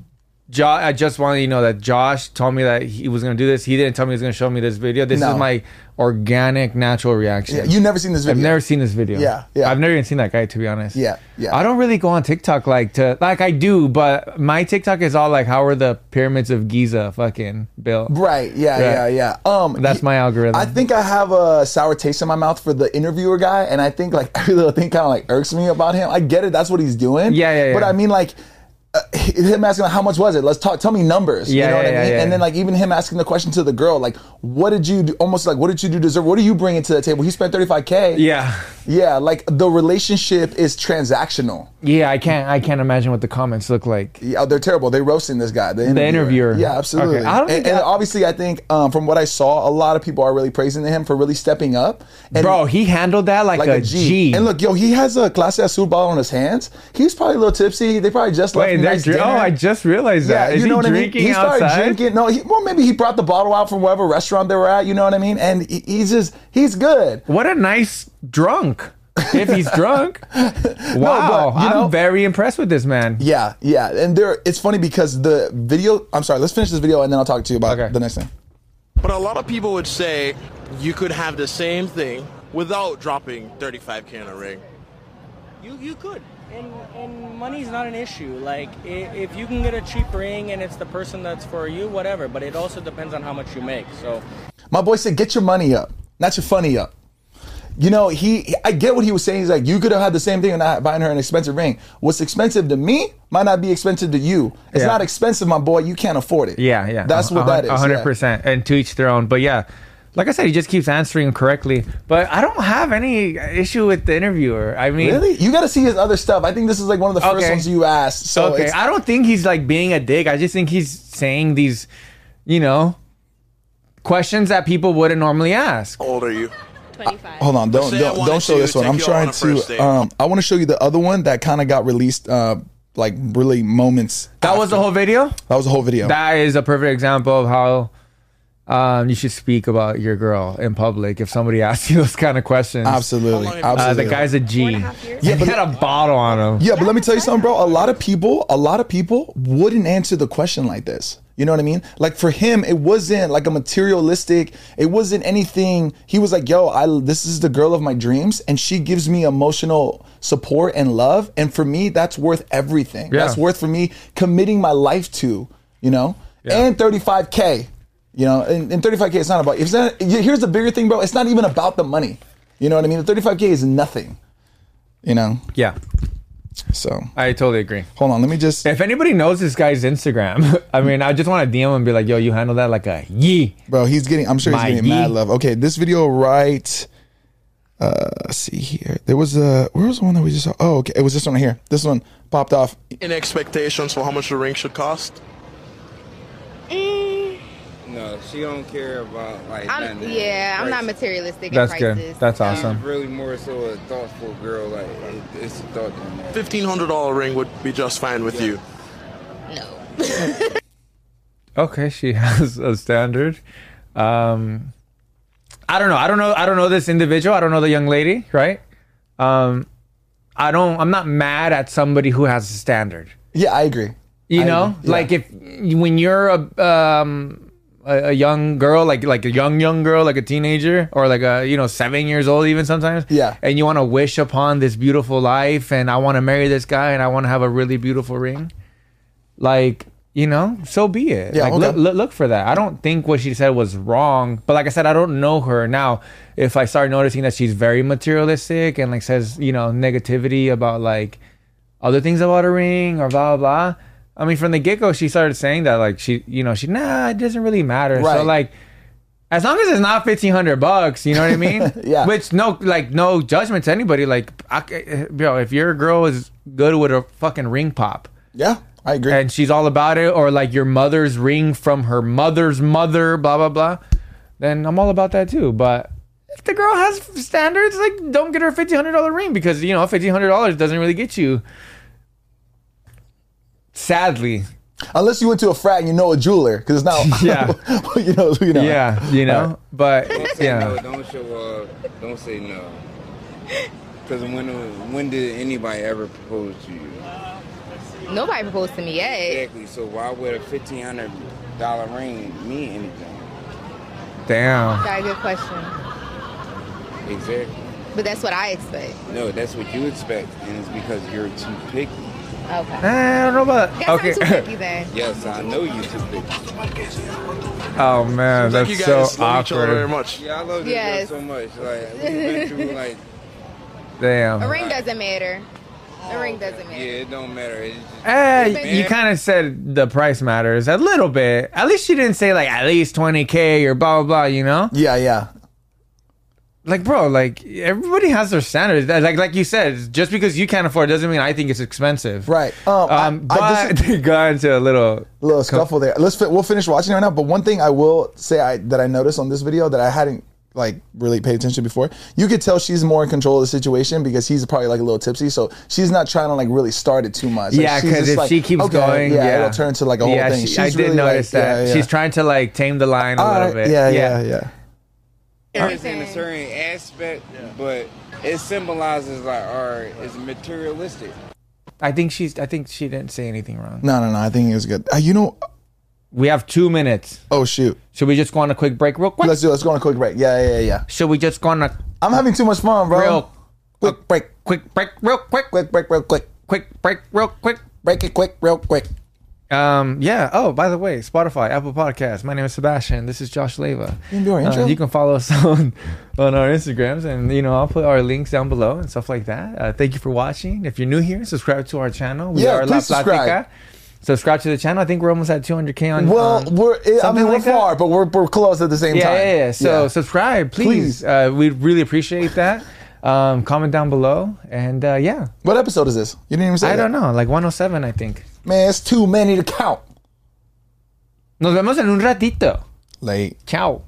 [SPEAKER 3] jo- I just wanted you to know that Josh told me that he was gonna do this. He didn't tell me he was gonna show me this video. This
[SPEAKER 2] No.
[SPEAKER 3] is my organic, natural reaction.
[SPEAKER 2] Yeah, you never seen this
[SPEAKER 3] I've
[SPEAKER 2] video.
[SPEAKER 3] never seen this video.
[SPEAKER 2] Yeah, yeah.
[SPEAKER 3] I've never even seen that guy to be honest.
[SPEAKER 2] Yeah, yeah.
[SPEAKER 3] I don't really go on TikTok like to like I do, but my TikTok is all like how are the pyramids of Giza fucking built?
[SPEAKER 2] Right. Yeah, yeah,
[SPEAKER 3] Yeah.
[SPEAKER 2] yeah. Um
[SPEAKER 3] That's my algorithm.
[SPEAKER 2] I think I have a sour taste in my mouth for the interviewer guy and I think like every little thing kind of like irks me about him. I get it, that's what he's doing.
[SPEAKER 3] Yeah, yeah,
[SPEAKER 2] But
[SPEAKER 3] yeah.
[SPEAKER 2] I mean like uh, him asking how much was it? Let's talk. Tell me numbers.
[SPEAKER 3] Yeah,
[SPEAKER 2] you know what
[SPEAKER 3] yeah,
[SPEAKER 2] I
[SPEAKER 3] yeah,
[SPEAKER 2] mean.
[SPEAKER 3] yeah,
[SPEAKER 2] and then
[SPEAKER 3] yeah.
[SPEAKER 2] like even him asking the question to the girl, like, what did you do? Almost like, what did you do deserve? What are you bringing to the table? He spent thirty five k.
[SPEAKER 3] Yeah.
[SPEAKER 2] yeah. Like the relationship is transactional.
[SPEAKER 3] Yeah, I can't. I can't imagine what the comments look like.
[SPEAKER 2] Yeah, they're terrible. They're roasting this guy, the interviewer.
[SPEAKER 3] interviewer.
[SPEAKER 2] Yeah, absolutely.
[SPEAKER 3] Okay. I don't
[SPEAKER 2] and,
[SPEAKER 3] think
[SPEAKER 2] and
[SPEAKER 3] I-
[SPEAKER 2] obviously, I think um, from what I saw, a lot of people are really praising him for really stepping up. And
[SPEAKER 3] Bro, he handled that like,
[SPEAKER 2] like a G. And look, yo, he has a classy azul ball on his hands. He's probably a little tipsy. They probably just left.
[SPEAKER 3] wait,
[SPEAKER 2] him
[SPEAKER 3] they're
[SPEAKER 2] nice
[SPEAKER 3] dri-
[SPEAKER 2] dinner.
[SPEAKER 3] oh, I just realized
[SPEAKER 2] Yeah,
[SPEAKER 3] that. Is
[SPEAKER 2] you know
[SPEAKER 3] he
[SPEAKER 2] what
[SPEAKER 3] drinking
[SPEAKER 2] I mean. He started
[SPEAKER 3] outside?
[SPEAKER 2] drinking. No, he, well, maybe he brought the bottle out from whatever restaurant they were at. You know what I mean? And he, he's just he's good.
[SPEAKER 3] What a nice drunk. if he's drunk, wow,
[SPEAKER 2] but, you
[SPEAKER 3] I'm
[SPEAKER 2] know-
[SPEAKER 3] very impressed with this man.
[SPEAKER 2] Yeah, yeah. And there, it's funny because the video. I'm sorry. Let's finish this video and then I'll talk to you about
[SPEAKER 3] Okay.
[SPEAKER 2] the next thing.
[SPEAKER 4] But a lot of people would say you could have the same thing without dropping 35k in a ring.
[SPEAKER 6] You you could. And and money's not an issue. Like i- if you can get a cheap ring and it's the person that's for you, whatever. But it also depends on how much you make. So
[SPEAKER 2] My boy said, "Get your money up, not your funny up." You know, he. I get what he was saying. He's like, you could have had the same thing and not buying her an expensive ring. What's expensive to me might not be expensive to you. It's
[SPEAKER 3] Yeah.
[SPEAKER 2] not expensive, my boy. You can't afford it.
[SPEAKER 3] Yeah, yeah.
[SPEAKER 2] That's
[SPEAKER 3] A-
[SPEAKER 2] what
[SPEAKER 3] a
[SPEAKER 2] that
[SPEAKER 3] hun-
[SPEAKER 2] is.
[SPEAKER 3] a hundred
[SPEAKER 2] yeah.
[SPEAKER 3] percent. And to each their own. But yeah, like I said, he just keeps answering correctly. But I don't have any issue with the interviewer. I mean,
[SPEAKER 2] Really? You got to see his other stuff. I think this is like one of the first
[SPEAKER 3] Okay.
[SPEAKER 2] ones you asked. So
[SPEAKER 3] okay,
[SPEAKER 2] it's,
[SPEAKER 3] I don't think he's like being a dick. I just think he's saying these, you know, questions that people wouldn't normally ask.
[SPEAKER 4] How old are you?
[SPEAKER 5] 25.
[SPEAKER 2] hold on, don't
[SPEAKER 4] Say I
[SPEAKER 2] don't
[SPEAKER 4] wanted
[SPEAKER 2] don't show
[SPEAKER 4] to
[SPEAKER 2] this one.
[SPEAKER 4] take
[SPEAKER 2] I'm
[SPEAKER 4] you out
[SPEAKER 2] trying
[SPEAKER 4] on a first
[SPEAKER 2] to.
[SPEAKER 4] date.
[SPEAKER 2] Um, I want to show you the other one that kind of got released. Uh, like really moments.
[SPEAKER 3] That was the whole video.
[SPEAKER 2] That was the whole video.
[SPEAKER 3] That is a perfect example of how um, you should speak about your girl in public if somebody asks you those kind of questions.
[SPEAKER 2] absolutely,
[SPEAKER 4] How long have you-
[SPEAKER 2] absolutely.
[SPEAKER 3] Uh, the guy's a G.
[SPEAKER 5] Four and a half years.
[SPEAKER 3] Yeah, he had a bottle on him.
[SPEAKER 2] Yeah, but let me tell you something, bro. A lot of people, a lot of people wouldn't answer the question like this. You know what I mean? Like for him, it wasn't like a materialistic. It wasn't anything. He was like, "Yo, I this is the girl of my dreams, and she gives me emotional support and love, and for me, that's worth everything.
[SPEAKER 3] Yeah.
[SPEAKER 2] That's worth for me committing my life to. You know,
[SPEAKER 3] Yeah.
[SPEAKER 2] and 35k. You know, and, and 35k. It's not about. It's not. Here's the bigger thing, bro. It's not even about the money. You know what I mean? The 35k is nothing. You know.
[SPEAKER 3] Yeah.
[SPEAKER 2] So
[SPEAKER 3] I totally agree.
[SPEAKER 2] hold on, let me just.
[SPEAKER 3] If anybody knows this guy's Instagram, I mean, I just want to DM him and be like, "Yo, you handle that like a yee."
[SPEAKER 2] Bro, he's getting. I'm sure he's
[SPEAKER 3] My
[SPEAKER 2] getting
[SPEAKER 3] ye-
[SPEAKER 2] mad love. Okay, this video right. Uh, let's see here. There was a. Where was the one that we just saw? Oh, okay. It was this one right here. This one popped off.
[SPEAKER 4] In expectations for how much the ring should cost?
[SPEAKER 7] No, she don't care about like.
[SPEAKER 8] I'm,
[SPEAKER 7] nothing.
[SPEAKER 8] yeah, I'm not
[SPEAKER 7] Like,
[SPEAKER 8] materialistic.
[SPEAKER 3] That's
[SPEAKER 8] at
[SPEAKER 3] good.
[SPEAKER 8] prices.
[SPEAKER 3] That's
[SPEAKER 8] Um,
[SPEAKER 3] awesome.
[SPEAKER 7] She's really more so a thoughtful girl. Like it, it's a thought than that.
[SPEAKER 4] $1,500 ring would be just fine with you.
[SPEAKER 8] No.
[SPEAKER 3] Okay, she has a standard. Um, I don't know. I don't know. I don't know this individual. I don't know the young lady, right? Um, I don't. I'm not mad at somebody who has a standard.
[SPEAKER 2] Yeah, I agree.
[SPEAKER 3] You
[SPEAKER 2] I
[SPEAKER 3] know,
[SPEAKER 2] agree. Yeah.
[SPEAKER 3] like if when you're a um a, a young girl, like like a young young girl, like a teenager, or like a you know seven years old, even sometimes.
[SPEAKER 2] Yeah.
[SPEAKER 3] And you want to wish upon this beautiful life, and I want to marry this guy, and I want to have a really beautiful ring. Like you know, so be it.
[SPEAKER 2] Yeah,
[SPEAKER 3] Like
[SPEAKER 2] okay.
[SPEAKER 3] look, look look for that. I don't think what she said was wrong, but like I said, I don't know her now. If I start noticing that she's very materialistic and like says you know negativity about like other things about a ring or blah blah blah. I mean, from the get go, she started saying that like she, you know, she nah, it doesn't really matter.
[SPEAKER 2] Right.
[SPEAKER 3] So like, as long as it's not fifteen hundred bucks, you know what I mean?
[SPEAKER 2] Yeah.
[SPEAKER 3] Which no, like no judgment to anybody. Like, I, c- bro, if your girl is good with a fucking ring pop
[SPEAKER 2] Yeah, I agree.
[SPEAKER 3] and she's all about it, or like your mother's ring from her mother's mother, blah blah blah, then I'm all about that too. But if the girl has standards, like don't get her a fifteen hundred dollar ring because you know fifteen hundred dollars doesn't really get you. Sadly,
[SPEAKER 2] Unless you went to a frat and you know a jeweler, because it's not.
[SPEAKER 3] Yeah.
[SPEAKER 2] you know. You know.
[SPEAKER 3] yeah, you know,
[SPEAKER 7] Don't
[SPEAKER 3] but
[SPEAKER 7] say no.
[SPEAKER 3] yeah,
[SPEAKER 7] Don't show up. Don't say no. Because when when did anybody ever propose to you?
[SPEAKER 8] Nobody proposed to me yet.
[SPEAKER 7] Exactly. So why would a fifteen hundred dollar ring mean anything?
[SPEAKER 3] damn.
[SPEAKER 8] That's a good question.
[SPEAKER 7] Exactly.
[SPEAKER 8] But that's what I expect.
[SPEAKER 7] No, that's what you expect, and it's because you're too picky.
[SPEAKER 8] Okay.
[SPEAKER 3] Eh, I don't know
[SPEAKER 8] Guess
[SPEAKER 3] about
[SPEAKER 8] I'm too
[SPEAKER 3] okay.
[SPEAKER 8] picky then.
[SPEAKER 7] Yes, I know you're too picky.
[SPEAKER 3] Oh man,
[SPEAKER 4] Thank you
[SPEAKER 3] that's so
[SPEAKER 4] guys. Love each other very
[SPEAKER 3] awkward.
[SPEAKER 4] much.
[SPEAKER 7] Yeah, I love this
[SPEAKER 8] Yes.
[SPEAKER 7] girl so much. Like we've been through like
[SPEAKER 8] A
[SPEAKER 3] Damn.
[SPEAKER 8] ring doesn't matter. A ring doesn't
[SPEAKER 7] yeah,
[SPEAKER 8] matter.
[SPEAKER 7] it don't matter. It's just,
[SPEAKER 3] Eh, you kind of said the price matters a little bit. At least you didn't say like at least twenty k or blah blah blah. You know.
[SPEAKER 2] Yeah. Yeah.
[SPEAKER 3] like bro like everybody has their standards That- like like you said just because you can't afford it doesn't mean i think it's expensive
[SPEAKER 2] Right.
[SPEAKER 3] um,
[SPEAKER 2] Um, I-
[SPEAKER 3] but
[SPEAKER 2] I dis-
[SPEAKER 3] they got into a little
[SPEAKER 2] little scuffle there. Let's fi- we'll finish watching it right now. But one thing I will say I, that I noticed on this video that I hadn't like really paid attention before. You could tell she's more in control of the situation because he's probably like a little tipsy, so she's not trying to like really start it too much. Like,
[SPEAKER 3] yeah
[SPEAKER 2] she's
[SPEAKER 3] because
[SPEAKER 2] just
[SPEAKER 3] if
[SPEAKER 2] like,
[SPEAKER 3] she keeps
[SPEAKER 2] okay,
[SPEAKER 3] going yeah,
[SPEAKER 2] it'll turn to like a whole
[SPEAKER 3] Yeah,
[SPEAKER 2] thing.
[SPEAKER 3] she-
[SPEAKER 2] she's
[SPEAKER 3] i did
[SPEAKER 2] really, like,
[SPEAKER 3] notice that
[SPEAKER 2] yeah, yeah.
[SPEAKER 3] she's trying to like tame the line a
[SPEAKER 2] All
[SPEAKER 3] little
[SPEAKER 2] right,
[SPEAKER 3] bit
[SPEAKER 2] Yeah, yeah, yeah.
[SPEAKER 7] it is in a certain aspect, but it symbolizes like, all right, it's materialistic.
[SPEAKER 3] i think she's i think she didn't say anything wrong
[SPEAKER 2] No, no, no. I think it was good. Uh, you know.
[SPEAKER 3] we have two minutes
[SPEAKER 2] Oh shoot.
[SPEAKER 3] should we just go on a quick break real quick
[SPEAKER 2] Let's do. Let's go on a quick break. Yeah, yeah, yeah.
[SPEAKER 3] should we just go on a
[SPEAKER 2] I'm having too much fun, bro.
[SPEAKER 3] Real-
[SPEAKER 2] Um,
[SPEAKER 3] uh,
[SPEAKER 2] quick break.
[SPEAKER 3] quick break real quick
[SPEAKER 2] Quick break. Real quick.
[SPEAKER 3] quick break real quick
[SPEAKER 2] Break it quick. Real quick.
[SPEAKER 3] Um, yeah. Oh, by the way, Spotify, Apple Podcasts. My name is Sebastian. This is Josh Leva.
[SPEAKER 2] You can do our intro?
[SPEAKER 3] you can follow us on, on our Instagrams, and you know I'll put our links down below and stuff like that. Uh, thank you for watching. If you're new here, subscribe to our channel. We
[SPEAKER 2] Yeah,
[SPEAKER 3] are
[SPEAKER 2] please subscribe.
[SPEAKER 3] Subscribe to the channel. I think we're almost at 200k on.
[SPEAKER 2] Well,
[SPEAKER 3] on-
[SPEAKER 2] we're. I
[SPEAKER 3] Um, something
[SPEAKER 2] mean, we're
[SPEAKER 3] like that.
[SPEAKER 2] far, but we're we're close at the same
[SPEAKER 3] yeah,
[SPEAKER 2] time.
[SPEAKER 3] yeah, yeah. So subscribe, please.
[SPEAKER 2] Please.
[SPEAKER 3] Uh, we'd really appreciate that. Um, comment down below, and uh, yeah,
[SPEAKER 2] What episode is this? You didn't even say
[SPEAKER 3] I
[SPEAKER 2] that.
[SPEAKER 3] don't know, like 107, I think.
[SPEAKER 2] Man, it's too many to count.
[SPEAKER 3] Nos vemos en un ratito.
[SPEAKER 2] Late.
[SPEAKER 3] Ciao.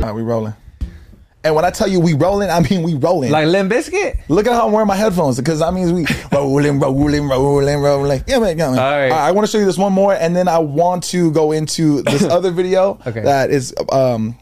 [SPEAKER 2] All right, we rolling. And when I tell you we rolling, I mean we rolling.
[SPEAKER 3] Like Limp Biscuit.
[SPEAKER 2] look at how I'm wearing my headphones because that means we rolling, rolling, rolling, rolling. Yeah, man. Yeah, man.
[SPEAKER 3] All right.
[SPEAKER 2] I, want to show you this one more, and then I want to go into this other video
[SPEAKER 3] Okay.
[SPEAKER 2] that is um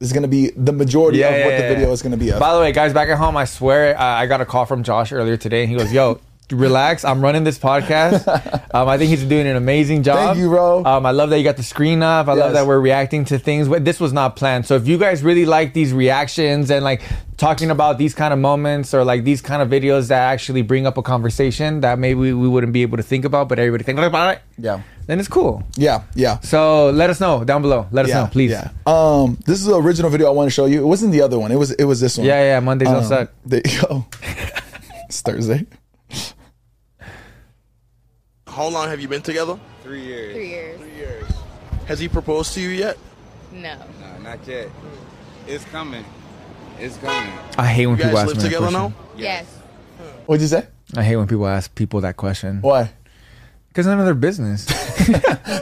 [SPEAKER 2] is going to be the majority
[SPEAKER 3] Yeah,
[SPEAKER 2] of what
[SPEAKER 3] yeah,
[SPEAKER 2] the
[SPEAKER 3] yeah.
[SPEAKER 2] video is going to be of.
[SPEAKER 3] By the way, guys, back at home, I swear uh, I got a call from Josh earlier today, and he goes, "Yo, relax. I'm running this podcast. Um, I think he's doing an amazing job.
[SPEAKER 2] Thank you, bro.
[SPEAKER 3] Um, I love that you got the screen up. I love
[SPEAKER 2] Yes.
[SPEAKER 3] that we're reacting to things. Wh- This was not planned. So if you guys really like these reactions and like talking about these kind of moments or like these kind of videos that actually bring up a conversation that maybe we, we wouldn't be able to think about, but everybody thinks about it,
[SPEAKER 2] yeah.
[SPEAKER 3] then it's cool.
[SPEAKER 2] Yeah. Yeah.
[SPEAKER 3] So let us know down below. Let us know, please.
[SPEAKER 2] Yeah. Um, this is the original video I want to show you. It wasn't the other one. It was it was this one.
[SPEAKER 3] Yeah, yeah, Mondays
[SPEAKER 2] Um,
[SPEAKER 3] don't suck.
[SPEAKER 2] There you go. it's Thursday.
[SPEAKER 4] How long have you been together?
[SPEAKER 7] Three years.
[SPEAKER 8] Three years.
[SPEAKER 4] Years. Has he proposed to you yet?
[SPEAKER 8] No.
[SPEAKER 7] Nah, not yet. It's coming. It's coming.
[SPEAKER 3] I hate when
[SPEAKER 4] You
[SPEAKER 3] people
[SPEAKER 4] guys
[SPEAKER 3] ask
[SPEAKER 4] live
[SPEAKER 3] me that
[SPEAKER 4] together
[SPEAKER 3] question.
[SPEAKER 4] now?
[SPEAKER 8] Yes.
[SPEAKER 2] What'd you say?
[SPEAKER 3] I hate when people ask people that question
[SPEAKER 2] Why?
[SPEAKER 3] because none of their business.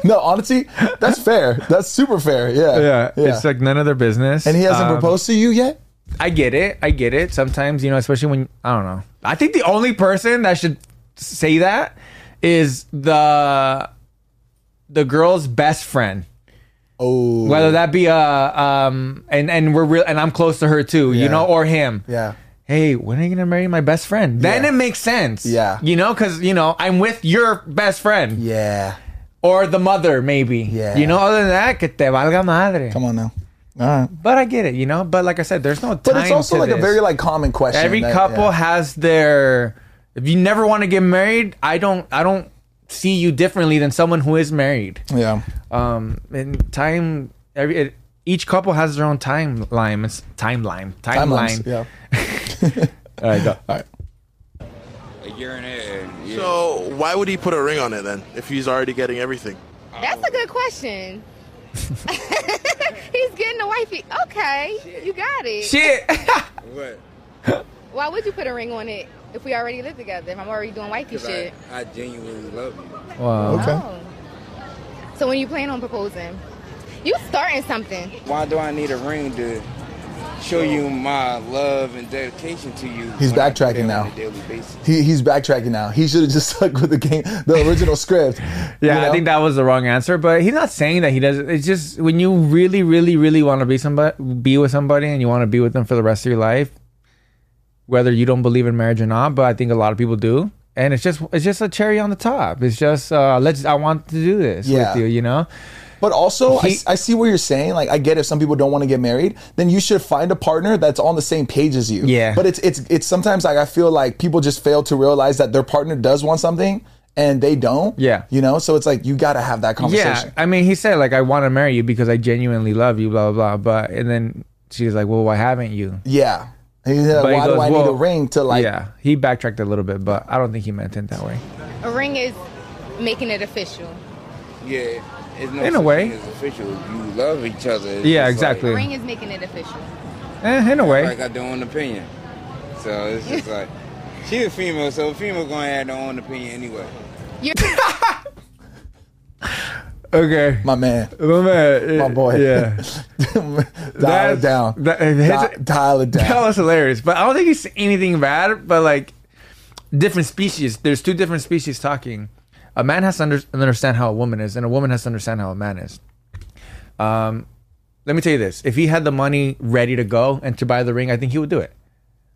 [SPEAKER 2] No, honestly, that's fair. That's super fair. Yeah.
[SPEAKER 3] it's like none of their business.
[SPEAKER 2] and he hasn't
[SPEAKER 3] Um,
[SPEAKER 2] proposed to you yet?
[SPEAKER 3] I get it. I get it. Sometimes you know, especially when I don't know. I think the only person that should say that is the the girl's best friend.
[SPEAKER 2] Oh.
[SPEAKER 3] Whether that be uh um and and we're real and I'm close to her too,
[SPEAKER 2] Yeah.
[SPEAKER 3] you know, or him.
[SPEAKER 2] yeah.
[SPEAKER 3] hey, when are you gonna marry my best friend? Then
[SPEAKER 2] Yeah.
[SPEAKER 3] it makes sense.
[SPEAKER 2] Yeah.
[SPEAKER 3] You know, because, you know, I'm with your best friend.
[SPEAKER 2] Yeah.
[SPEAKER 3] Or the mother, maybe.
[SPEAKER 2] Yeah.
[SPEAKER 3] You know, other than that, que te valga madre.
[SPEAKER 2] Come on now. All right.
[SPEAKER 3] But I get it, you know? But like I said, there's no time.
[SPEAKER 2] But it's also
[SPEAKER 3] to
[SPEAKER 2] like a
[SPEAKER 3] this.
[SPEAKER 2] very like common question.
[SPEAKER 3] Every
[SPEAKER 2] that-
[SPEAKER 3] couple
[SPEAKER 2] yeah.
[SPEAKER 3] has their. If you never want to get married, I don't. I don't see you differently than someone who is married.
[SPEAKER 2] Yeah.
[SPEAKER 3] Um, and time. Every it, each couple has their own timeline. It's timeline. Timeline.
[SPEAKER 2] Timelines. Yeah.
[SPEAKER 3] All right, go.
[SPEAKER 2] All right.
[SPEAKER 7] A year and a half. Yeah.
[SPEAKER 4] So why would he put a ring on it then if he's already getting everything?
[SPEAKER 8] That's a good question. He's getting a wifey. Okay, you got it.
[SPEAKER 3] Shit.
[SPEAKER 7] what?
[SPEAKER 8] Why would you put a ring on it if we already live together? If I'm already doing wifey
[SPEAKER 7] 'Cause
[SPEAKER 8] shit.
[SPEAKER 7] I, I genuinely love you.
[SPEAKER 3] wow.
[SPEAKER 2] Okay.
[SPEAKER 8] Oh. So when you plan on proposing, you starting something.
[SPEAKER 7] Why do I need a ring to show you my love and dedication to you?
[SPEAKER 2] He's
[SPEAKER 7] when I do that
[SPEAKER 2] backtracking now.
[SPEAKER 7] On a daily basis.
[SPEAKER 2] He, he's backtracking now. He should have just stuck with the game, the original script. Yeah,
[SPEAKER 3] Yeah, I think that was the wrong answer. But he's not saying that he doesn't. It's just when you really, really, really want to be somebody, be with somebody, and you want to be with them for the rest of your life, whether you don't believe in marriage or not. But I think a lot of people do, and it's just, it's just a cherry on the top. It's just, uh, let's. I want to do this
[SPEAKER 2] Yeah.
[SPEAKER 3] with you, you know.
[SPEAKER 2] But also, I
[SPEAKER 3] He-
[SPEAKER 2] I see what you're saying. Like, I get if some people don't want to get married, then you should find a partner that's on the same page as you.
[SPEAKER 3] Yeah.
[SPEAKER 2] But it's it's it's sometimes like I feel like people just fail to realize that their partner does want something and they don't.
[SPEAKER 3] Yeah.
[SPEAKER 2] You know, so it's like you got to have that
[SPEAKER 3] Yeah,
[SPEAKER 2] conversation.
[SPEAKER 3] I mean, he said like, I want to marry you because I genuinely love you, blah blah blah. But and then she's like, well, why haven't you?
[SPEAKER 2] Yeah. And he's like,
[SPEAKER 3] But he
[SPEAKER 2] why do
[SPEAKER 3] goes,
[SPEAKER 2] I need a
[SPEAKER 3] "Well,
[SPEAKER 2] ring to like?
[SPEAKER 3] yeah, he backtracked a little bit, but I don't think he meant it that way.
[SPEAKER 8] A ring is making it official.
[SPEAKER 7] Yeah. It's no
[SPEAKER 3] In a
[SPEAKER 7] such
[SPEAKER 3] way.
[SPEAKER 7] thing as official. You love each other. It's
[SPEAKER 3] Yeah,
[SPEAKER 7] just like-
[SPEAKER 3] exactly.
[SPEAKER 8] A ring is making it official.
[SPEAKER 3] Eh, in a way,
[SPEAKER 7] like I do own opinion. So it's just like she's a female, so a female gonna have their own opinion anyway.
[SPEAKER 8] You're
[SPEAKER 3] okay.
[SPEAKER 2] My man,
[SPEAKER 3] My man,
[SPEAKER 2] my boy.
[SPEAKER 3] Uh, Yeah.
[SPEAKER 2] dial
[SPEAKER 3] That's-
[SPEAKER 2] it down.
[SPEAKER 3] that- his-
[SPEAKER 2] Di- dial it down.
[SPEAKER 3] that was hilarious. But I don't think it's anything bad, but like different species. There's two different species talking. A man has to under- understand how a woman is, and a woman has to understand how a man is. Um, let me tell you this: if he had the money ready to go and to buy the ring, I think he would do it.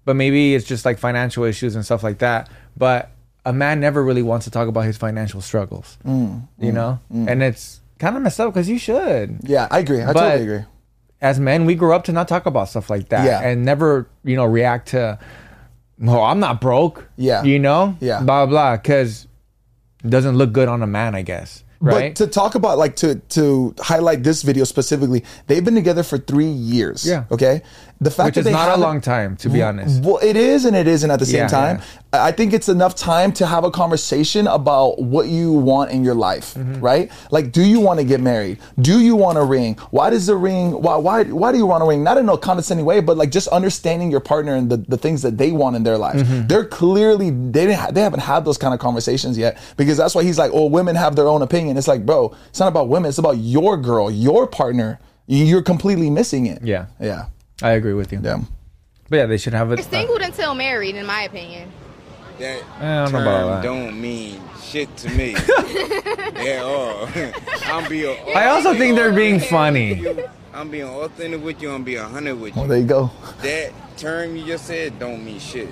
[SPEAKER 3] But maybe it's just like financial issues and stuff like that. But a man never really wants to talk about his financial struggles, you know. And it's kind of messed up because you should
[SPEAKER 2] yeah, I agree. I
[SPEAKER 3] But-
[SPEAKER 2] totally agree.
[SPEAKER 3] as men, we grew up to not talk about stuff like that
[SPEAKER 2] Yeah.
[SPEAKER 3] and never, you know, react to, oh, I'm not broke.
[SPEAKER 2] Yeah.
[SPEAKER 3] You know?
[SPEAKER 2] Yeah.
[SPEAKER 3] Blah, blah, because it doesn't look good on a man, I guess. Right?
[SPEAKER 2] But to talk about like to to highlight this video specifically, they've been together for three years.
[SPEAKER 3] Yeah.
[SPEAKER 2] Okay. The fact
[SPEAKER 3] Which
[SPEAKER 2] that
[SPEAKER 3] is
[SPEAKER 2] they Mm-hmm.
[SPEAKER 3] not a
[SPEAKER 2] haven't-
[SPEAKER 3] long time, to be honest.
[SPEAKER 2] Well, it is and it isn't at the same
[SPEAKER 3] Yeah,
[SPEAKER 2] time. I I think it's enough time to have a conversation about what you want in your life,
[SPEAKER 3] Mm-hmm.
[SPEAKER 2] right? Like, do you want to get married? Do you want a ring? Why does the ring? Why why why do you want a ring? Not in a condescending way, but like just understanding your partner and the, the things that they want in their life.
[SPEAKER 3] Mm-hmm.
[SPEAKER 2] They're clearly they didn't ha- they haven't had those kind of conversations yet because that's why he's like, oh, women have their own opinion. It's like, bro, it's not about women. It's about your girl, your partner. You're completely missing it.
[SPEAKER 3] Yeah.
[SPEAKER 2] Yeah.
[SPEAKER 3] I agree with you.
[SPEAKER 2] Yeah.
[SPEAKER 3] But yeah, they should have it. Uh,
[SPEAKER 8] singled until married, in my opinion.
[SPEAKER 3] Eh,
[SPEAKER 7] That
[SPEAKER 3] I don't know
[SPEAKER 7] term
[SPEAKER 3] about that.
[SPEAKER 7] don't mean shit to me at all. I'm be a,
[SPEAKER 3] I also think they're being funny.
[SPEAKER 7] you, I'm being authentic with you. I'm being hundred with
[SPEAKER 2] Oh,
[SPEAKER 7] you.
[SPEAKER 2] there you go.
[SPEAKER 7] That term you just said don't mean shit.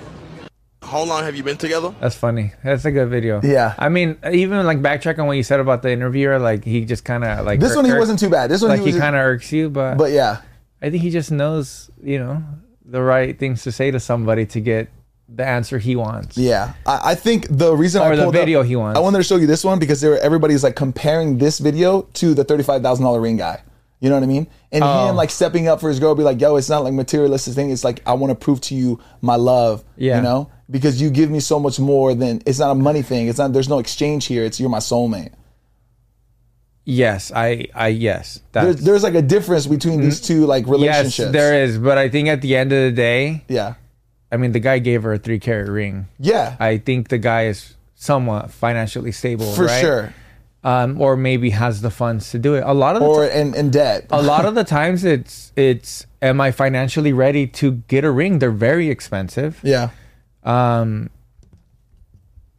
[SPEAKER 4] How long have you been together?
[SPEAKER 3] That's funny. That's a good video.
[SPEAKER 2] Yeah.
[SPEAKER 3] I mean, even like backtrack on what you said about the interviewer, like he just kind of like
[SPEAKER 2] This one he
[SPEAKER 3] irk-
[SPEAKER 2] wasn't too bad. This one
[SPEAKER 3] like
[SPEAKER 2] he
[SPEAKER 3] he,
[SPEAKER 2] was.
[SPEAKER 3] kind of irks you, but,
[SPEAKER 2] but yeah,
[SPEAKER 3] I think he just knows, you know, the right things to say to somebody to get the answer he wants.
[SPEAKER 2] yeah. I, I think the reason I
[SPEAKER 3] Or the
[SPEAKER 2] pulled up-
[SPEAKER 3] video he wants.
[SPEAKER 2] I wanted to show you this one because they were, everybody's like comparing this video to the thirty-five thousand dollar ring guy. You know what I mean? And
[SPEAKER 3] Oh.
[SPEAKER 2] him like stepping up for his girl, be like, "Yo, it's not like materialistic thing. It's like I want to prove to you my love.
[SPEAKER 3] Yeah.
[SPEAKER 2] You know, because you give me so much more than it's not a money thing. It's not. There's no exchange here. It's you're my soulmate.
[SPEAKER 3] Yes, I, I yes, that's Mm-hmm.
[SPEAKER 2] There's, there's like a difference between these two like relationships.
[SPEAKER 3] yes, there is. But I think at the end of the day,
[SPEAKER 2] Yeah.
[SPEAKER 3] I mean, the guy gave her a three carat ring.
[SPEAKER 2] Yeah.
[SPEAKER 3] I think the guy is somewhat financially stable,
[SPEAKER 2] for
[SPEAKER 3] right?
[SPEAKER 2] sure.
[SPEAKER 3] um, or maybe has the funds to do it. A lot of the
[SPEAKER 2] Or in, in debt.
[SPEAKER 3] a lot of the times it's it's am I financially ready to get a ring? They're very expensive.
[SPEAKER 2] yeah.
[SPEAKER 3] Um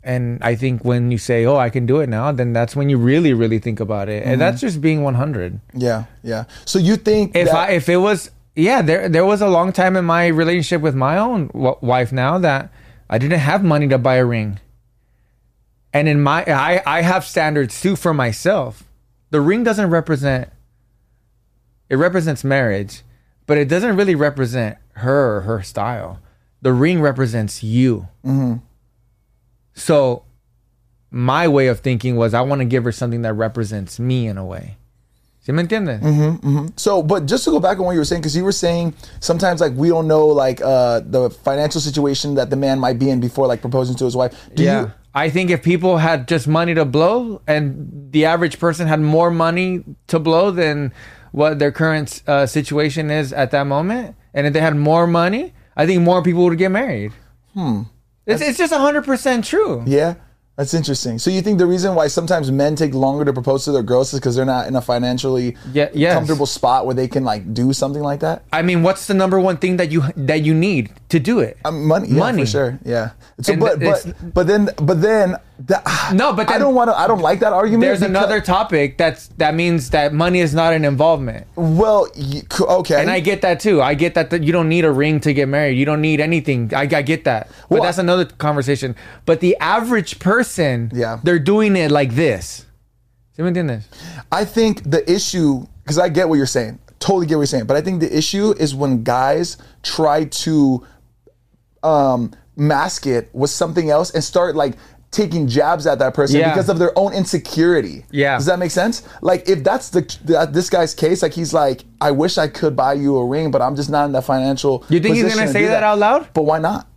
[SPEAKER 3] and I think when you say, "Oh, I can do it now," then that's when you really really think about it. And that's just being 100.
[SPEAKER 2] Yeah. Yeah. So you think
[SPEAKER 3] If
[SPEAKER 2] that-
[SPEAKER 3] I if it was yeah, there there was a long time in my relationship with my own w- wife now that I didn't have money to buy a ring. And in my I I have standards too for myself. The ring doesn't represent it represents marriage, but it doesn't really represent her or her style. The ring represents you.
[SPEAKER 2] Mm-hmm.
[SPEAKER 3] So my way of thinking was I want to give her something that represents me in a way. ¿Sí me entiendes?
[SPEAKER 2] So, but just to go back on what you were saying, because you were saying sometimes like we don't know like uh, the financial situation that the man might be in before like proposing to his wife. Do
[SPEAKER 3] yeah.
[SPEAKER 2] You,
[SPEAKER 3] I think if people had just money to blow and the average person had more money to blow than what their current uh, situation is at that moment, and if they had more money, I think more people would get married. Hmm. It's, it's just 100% true.
[SPEAKER 2] yeah. That's interesting. So you think the reason why sometimes men take longer to propose to their girls is because they're not in a financially
[SPEAKER 3] Ye- yes.
[SPEAKER 2] comfortable spot where they can like do something like that?
[SPEAKER 3] I mean, what's the number one thing that you that you need to do it?
[SPEAKER 2] Um, money, yeah,
[SPEAKER 3] Money.
[SPEAKER 2] for sure. Yeah. So,
[SPEAKER 3] And
[SPEAKER 2] but
[SPEAKER 3] it's-
[SPEAKER 2] but but then but then the,
[SPEAKER 3] No, but
[SPEAKER 2] I
[SPEAKER 3] then-
[SPEAKER 2] don't want to. I don't like that argument.
[SPEAKER 3] There's
[SPEAKER 2] because-
[SPEAKER 3] another topic that's that means that money is not an involvement.
[SPEAKER 2] Well, you, c- okay.
[SPEAKER 3] And I get that too. I get that, that you don't need a ring to get married. You don't need anything. I, I get that. But
[SPEAKER 2] Well,
[SPEAKER 3] that's
[SPEAKER 2] I-
[SPEAKER 3] another conversation. But the average person,
[SPEAKER 2] Yeah.
[SPEAKER 3] they're doing it like this. ¿Sí me entiendes?
[SPEAKER 2] I think the issue, because I get what you're saying, totally get what you're saying, but I think the issue is when guys try to um, mask it with something else and start like taking jabs at that person
[SPEAKER 3] Yeah.
[SPEAKER 2] because of their own insecurity.
[SPEAKER 3] Yeah.
[SPEAKER 2] Does that make sense? Like if that's the that, this guy's case, like he's like, I wish I could buy you a ring, but I'm just not in that financial.
[SPEAKER 3] You think he's
[SPEAKER 2] position
[SPEAKER 3] gonna
[SPEAKER 2] to
[SPEAKER 3] say
[SPEAKER 2] do
[SPEAKER 3] that out loud?
[SPEAKER 2] But why not?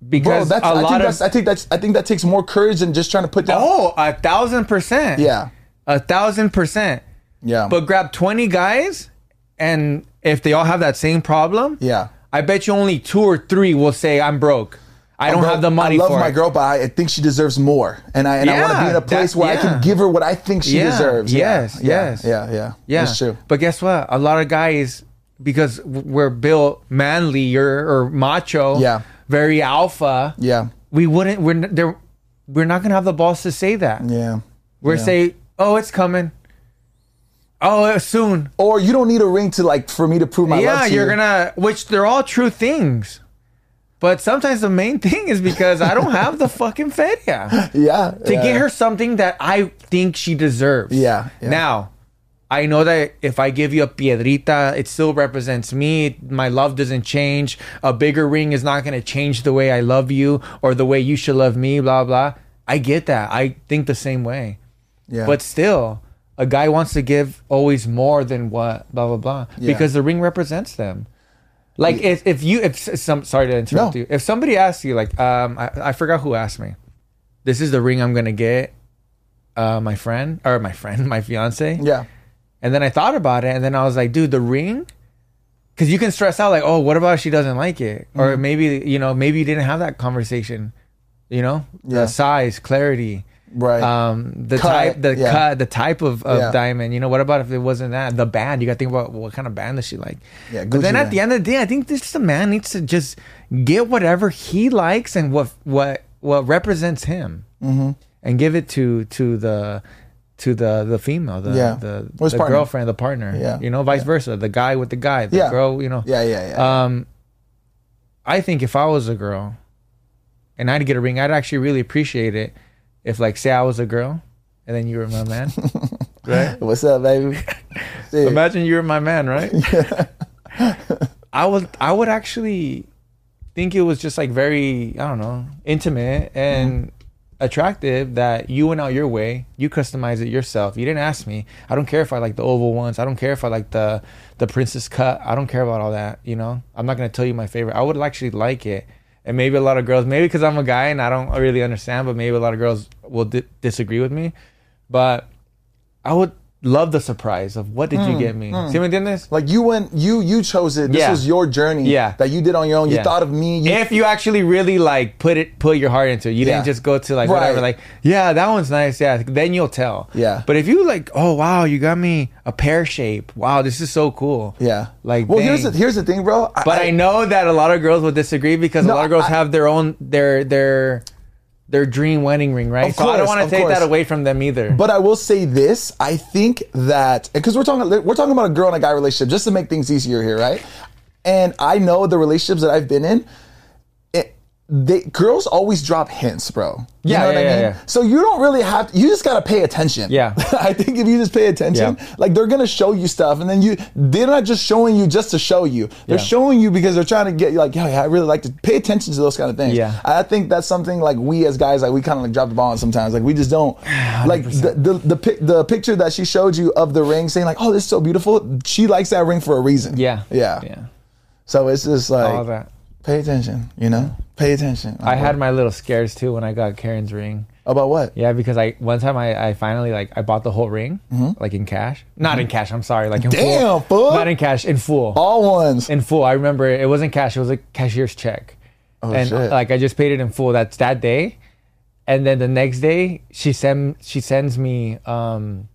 [SPEAKER 2] Bro,
[SPEAKER 3] Because
[SPEAKER 2] that's,
[SPEAKER 3] a
[SPEAKER 2] I, think
[SPEAKER 3] lot
[SPEAKER 2] that's,
[SPEAKER 3] of
[SPEAKER 2] I think that's I think that takes more courage than just trying to put down.
[SPEAKER 3] oh, a thousand percent.
[SPEAKER 2] Yeah.
[SPEAKER 3] a thousand percent.
[SPEAKER 2] Yeah.
[SPEAKER 3] But grab twenty guys, and if they all have that same problem,
[SPEAKER 2] yeah.
[SPEAKER 3] I bet you only two or three will say, "I'm broke. I don't
[SPEAKER 2] Bro,
[SPEAKER 3] have the money."
[SPEAKER 2] I love
[SPEAKER 3] for
[SPEAKER 2] my
[SPEAKER 3] it.
[SPEAKER 2] girl, but I I think she deserves more, and I and I want to
[SPEAKER 3] Yeah,
[SPEAKER 2] be in a place
[SPEAKER 3] that-
[SPEAKER 2] where I can
[SPEAKER 3] yeah.
[SPEAKER 2] give her what I think she
[SPEAKER 3] Yeah,
[SPEAKER 2] deserves.
[SPEAKER 3] yes,
[SPEAKER 2] yeah,
[SPEAKER 3] yes.
[SPEAKER 2] yeah, yeah,
[SPEAKER 3] Yeah,
[SPEAKER 2] That's true.
[SPEAKER 3] But guess what? A lot of guys, because w- we're built manly or, or macho,
[SPEAKER 2] Yeah.
[SPEAKER 3] very alpha.
[SPEAKER 2] Yeah,
[SPEAKER 3] we wouldn't. We're n- there. We're not gonna have the balls to say that.
[SPEAKER 2] yeah.
[SPEAKER 3] We're
[SPEAKER 2] yeah.
[SPEAKER 3] say, oh, it's coming. Oh, it's soon.
[SPEAKER 2] Or you don't need a ring to like for me to prove my
[SPEAKER 3] yeah,
[SPEAKER 2] Oh, love to
[SPEAKER 3] you're
[SPEAKER 2] you.
[SPEAKER 3] gonna. Which they're all true things. But sometimes the main thing is because I don't have the fucking feria
[SPEAKER 2] yeah
[SPEAKER 3] to get her something that I think she deserves.
[SPEAKER 2] Yeah, yeah.
[SPEAKER 3] Now, I know that if I give you a piedrita, it still represents me. My love doesn't change. A bigger ring is not going to change the way I love you or the way you should love me, blah, blah. I get that. I think the same way.
[SPEAKER 2] Yeah.
[SPEAKER 3] But still, a guy wants to give always more than what, blah, blah, blah, because the ring represents them. Like if, if you if s- some sorry to interrupt
[SPEAKER 2] No.
[SPEAKER 3] you if somebody asks you like um I, I forgot who asked me this is the ring I'm gonna get uh my friend or my friend my fiance
[SPEAKER 2] yeah,
[SPEAKER 3] and then I thought about it, and then I was like, dude, the ring. Because you can stress out, like, oh, what about if she doesn't like it? Or
[SPEAKER 2] Mm-hmm.
[SPEAKER 3] maybe, you know, maybe you didn't have that conversation, you know?
[SPEAKER 2] Yeah.
[SPEAKER 3] The size, clarity,
[SPEAKER 2] right.
[SPEAKER 3] um, the
[SPEAKER 2] Cut,
[SPEAKER 3] type, the
[SPEAKER 2] yeah.
[SPEAKER 3] cut, the type of, of
[SPEAKER 2] Yeah.
[SPEAKER 3] diamond. You know, what about if it wasn't that? The band, you got to think about what kind of band does she like?
[SPEAKER 2] Yeah,
[SPEAKER 3] but then
[SPEAKER 2] Gucci
[SPEAKER 3] at the end of the day, I think this the man needs to just get whatever he likes
[SPEAKER 2] Mm-hmm.
[SPEAKER 3] and what what what represents him, and give it to to the to the the female, the
[SPEAKER 2] Yeah.
[SPEAKER 3] the,
[SPEAKER 2] Or his
[SPEAKER 3] the
[SPEAKER 2] partner.
[SPEAKER 3] girlfriend, the partner.
[SPEAKER 2] Yeah.
[SPEAKER 3] You know, vice versa. The guy with the guy, the
[SPEAKER 2] Yeah.
[SPEAKER 3] girl, you know.
[SPEAKER 2] Yeah, yeah, yeah.
[SPEAKER 3] Um I think if I was a girl and I'd get a ring, I'd actually really appreciate it if like say I was a girl and then you were my man. right?
[SPEAKER 2] What's up, baby? Shit.
[SPEAKER 3] Imagine you were my man, right? I would I would actually think it was just like very, I don't know, intimate and attractive that you went out your way, you customized it yourself. You didn't ask me. I don't care if I like the oval ones. I don't care if I like the the princess cut. I don't care about all that, you know? I'm not going to tell you my favorite. I would actually like it. And maybe a lot of girls, maybe cuz I'm a guy and I don't really understand, but maybe a lot of girls will di- disagree with me. But I would love the surprise of what did you get me? See me doing this?
[SPEAKER 2] like you went, you you chose it. This
[SPEAKER 3] Yeah.
[SPEAKER 2] was your journey.
[SPEAKER 3] Yeah.
[SPEAKER 2] that you did on your own. You
[SPEAKER 3] Yeah.
[SPEAKER 2] thought of me. You,
[SPEAKER 3] if you actually really like put it put your heart into it you
[SPEAKER 2] Yeah.
[SPEAKER 3] didn't just go to like
[SPEAKER 2] Right.
[SPEAKER 3] whatever like yeah that one's nice yeah then you'll tell
[SPEAKER 2] Yeah.
[SPEAKER 3] but if you like oh wow you got me a pear shape wow this is so cool
[SPEAKER 2] yeah.
[SPEAKER 3] like
[SPEAKER 2] well, here's the
[SPEAKER 3] dang.
[SPEAKER 2] here's the thing, bro.
[SPEAKER 3] but I, know that a lot of girls will disagree because
[SPEAKER 2] No,
[SPEAKER 3] a lot of girls
[SPEAKER 2] I-
[SPEAKER 3] have their own their their their dream wedding ring right
[SPEAKER 2] Of
[SPEAKER 3] so i don't
[SPEAKER 2] course,
[SPEAKER 3] want
[SPEAKER 2] of
[SPEAKER 3] to take
[SPEAKER 2] course.
[SPEAKER 3] that away from them either
[SPEAKER 2] But I will say this: I think that because we're talking we're talking about a girl and a guy relationship, just to make things easier here, right? And I know the relationships that I've been in. It, they, girls always drop hints, bro. You
[SPEAKER 3] Yeah,
[SPEAKER 2] know what
[SPEAKER 3] yeah,
[SPEAKER 2] I
[SPEAKER 3] yeah,
[SPEAKER 2] mean?
[SPEAKER 3] yeah.
[SPEAKER 2] So you don't really have you just gotta pay attention.
[SPEAKER 3] Yeah.
[SPEAKER 2] I think if you just pay attention,
[SPEAKER 3] Yeah.
[SPEAKER 2] like they're gonna show you stuff and then you they're not just showing you just to show you. They're
[SPEAKER 3] Yeah.
[SPEAKER 2] showing you because they're trying to get you like, yeah, yeah, I really like to pay attention to those kind of things.
[SPEAKER 3] Yeah.
[SPEAKER 2] I think that's something like we as guys like we kind of like drop the ball on sometimes. Like we just don't like the the the, pic, the picture that she showed you of the ring saying like, "Oh, this is so beautiful." She likes that ring for a reason.
[SPEAKER 3] yeah
[SPEAKER 2] Yeah.
[SPEAKER 3] yeah
[SPEAKER 2] So it's just
[SPEAKER 3] all
[SPEAKER 2] like
[SPEAKER 3] that
[SPEAKER 2] pay attention, you know? Pay attention.
[SPEAKER 3] i had my little scares too when i got karen's ring
[SPEAKER 2] about what?
[SPEAKER 3] Yeah, because I one time I, I finally like I bought the whole ring like in cash. Not in cash. I'm sorry. Like in
[SPEAKER 2] Mm-hmm. Damn,
[SPEAKER 3] full.
[SPEAKER 2] fool.
[SPEAKER 3] Not in cash. In full.
[SPEAKER 2] All ones.
[SPEAKER 3] in full. I remember it wasn't cash. It was a cashier's check. Oh And
[SPEAKER 2] shit.
[SPEAKER 3] like I just paid it in full. That's that day, and then the next day she send she sends me um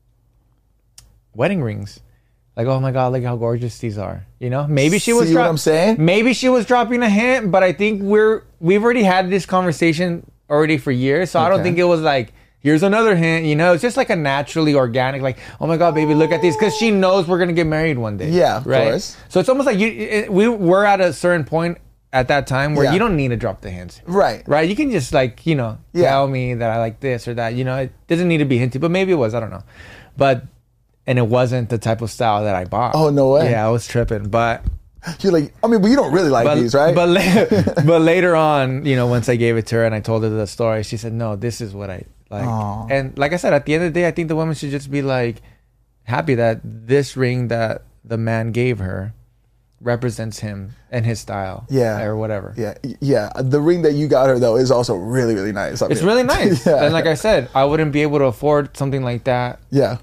[SPEAKER 3] wedding rings. Like oh my god, look how gorgeous these are. You know, maybe she was.
[SPEAKER 2] See what I'm saying?
[SPEAKER 3] Maybe she was dropping a hint, but I think we're we've already had this conversation already for years, so I don't
[SPEAKER 2] Okay.
[SPEAKER 3] think it was like here's another hint. You know, it's just like a naturally organic, like oh my god, baby, look at these, because she knows we're gonna get married one day.
[SPEAKER 2] Yeah, of course.
[SPEAKER 3] So it's almost like you it, we were at a certain point at that time where
[SPEAKER 2] Yeah.
[SPEAKER 3] you don't need to drop the hints.
[SPEAKER 2] Right.
[SPEAKER 3] Right? You can just like, you know,
[SPEAKER 2] Yeah.
[SPEAKER 3] tell me that I like this or that. You know, it doesn't need to be hinty, but maybe it was, I don't know. But and it wasn't the type of style that I bought.
[SPEAKER 2] Oh, no way.
[SPEAKER 3] Yeah, I was tripping. But
[SPEAKER 2] You're like, I mean, but you don't really like
[SPEAKER 3] but,
[SPEAKER 2] these, right?
[SPEAKER 3] but, la- but later on, you know, once I gave it to her and I told her the story, she said, No, this is what I like.
[SPEAKER 2] Aw.
[SPEAKER 3] And like I said, at the end of the day, I think the woman should just be like happy that this ring that the man gave her represents him and his style.
[SPEAKER 2] Yeah.
[SPEAKER 3] Or whatever.
[SPEAKER 2] yeah, yeah. The ring that you got her though is also really, really nice. I
[SPEAKER 3] It's
[SPEAKER 2] mean-
[SPEAKER 3] really nice.
[SPEAKER 2] yeah.
[SPEAKER 3] And like I said, I wouldn't be able to afford something like that.
[SPEAKER 2] yeah,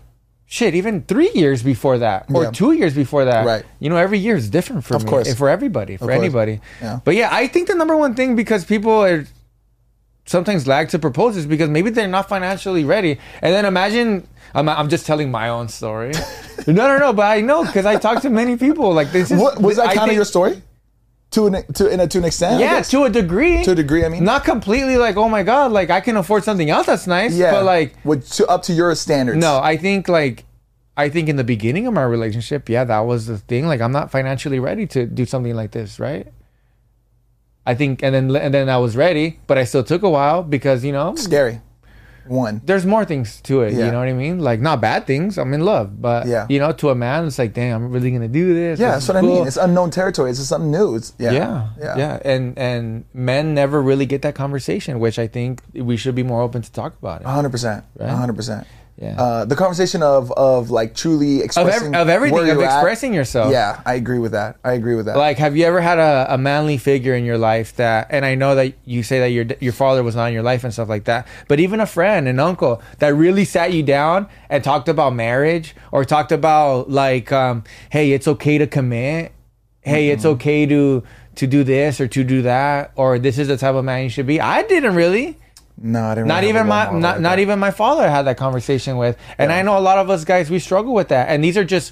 [SPEAKER 3] Shit, even three years before that, or
[SPEAKER 2] Yeah.
[SPEAKER 3] two years before that.
[SPEAKER 2] Right.
[SPEAKER 3] You know, every year is different for
[SPEAKER 2] Of
[SPEAKER 3] me,
[SPEAKER 2] course.
[SPEAKER 3] and for everybody, for
[SPEAKER 2] course.
[SPEAKER 3] anybody.
[SPEAKER 2] Yeah.
[SPEAKER 3] But yeah, I think the number one thing because people are sometimes lag to propose is because maybe they're not financially ready. And then imagine. I'm, I'm just telling my own story. no, no, no. But I know because I talk to many people. Like this is
[SPEAKER 2] What was that
[SPEAKER 3] I
[SPEAKER 2] kind of
[SPEAKER 3] think-
[SPEAKER 2] your story? To an to in a to an extent. I
[SPEAKER 3] yeah,
[SPEAKER 2] guess?
[SPEAKER 3] to a degree.
[SPEAKER 2] To a degree, I mean.
[SPEAKER 3] not completely like oh my god, like I can afford something else that's nice.
[SPEAKER 2] yeah,
[SPEAKER 3] but like
[SPEAKER 2] with to, up to your standards.
[SPEAKER 3] no, I think like I think in the beginning of my relationship, yeah, that was the thing. Like I'm not financially ready to do something like this, right? I think, and then and then I was ready, but I still took a while because you know
[SPEAKER 2] scary. One.
[SPEAKER 3] there's more things to it.
[SPEAKER 2] Yeah.
[SPEAKER 3] You know what I mean? Like not bad things. I'm in love, but
[SPEAKER 2] Yeah.
[SPEAKER 3] you know, to a man, it's like, damn, I'm really gonna do this. This
[SPEAKER 2] Yeah, that's
[SPEAKER 3] is
[SPEAKER 2] what I
[SPEAKER 3] cool.
[SPEAKER 2] mean. It's unknown territory. It's just something new. It's yeah,
[SPEAKER 3] yeah, yeah, and and men never really get that conversation, which I think we should be more open to talk about it.
[SPEAKER 2] hundred percent,
[SPEAKER 3] Right?
[SPEAKER 2] hundred percent.
[SPEAKER 3] Yeah.
[SPEAKER 2] Uh, the conversation of of like truly
[SPEAKER 3] of,
[SPEAKER 2] expressing
[SPEAKER 3] ev- of everything,
[SPEAKER 2] where
[SPEAKER 3] of
[SPEAKER 2] you're at.
[SPEAKER 3] expressing yourself.
[SPEAKER 2] Yeah, I agree with that. I agree with that.
[SPEAKER 3] Like, have you ever had a, a manly figure in your life that? And I know that you say that your d- your father was not in your life and stuff like that. But even a friend, an uncle that really sat you down and talked about marriage or talked about like, um, hey, it's okay to commit. Hey, it's okay to to do this or to do that or this is the type of man you should be. I didn't really.
[SPEAKER 2] no, I didn't.
[SPEAKER 3] Not
[SPEAKER 2] really have a
[SPEAKER 3] even
[SPEAKER 2] role
[SPEAKER 3] my
[SPEAKER 2] model
[SPEAKER 3] not
[SPEAKER 2] like
[SPEAKER 3] not
[SPEAKER 2] that.
[SPEAKER 3] even my father had that conversation with. And I know a lot of us guys we struggle with that. And these are just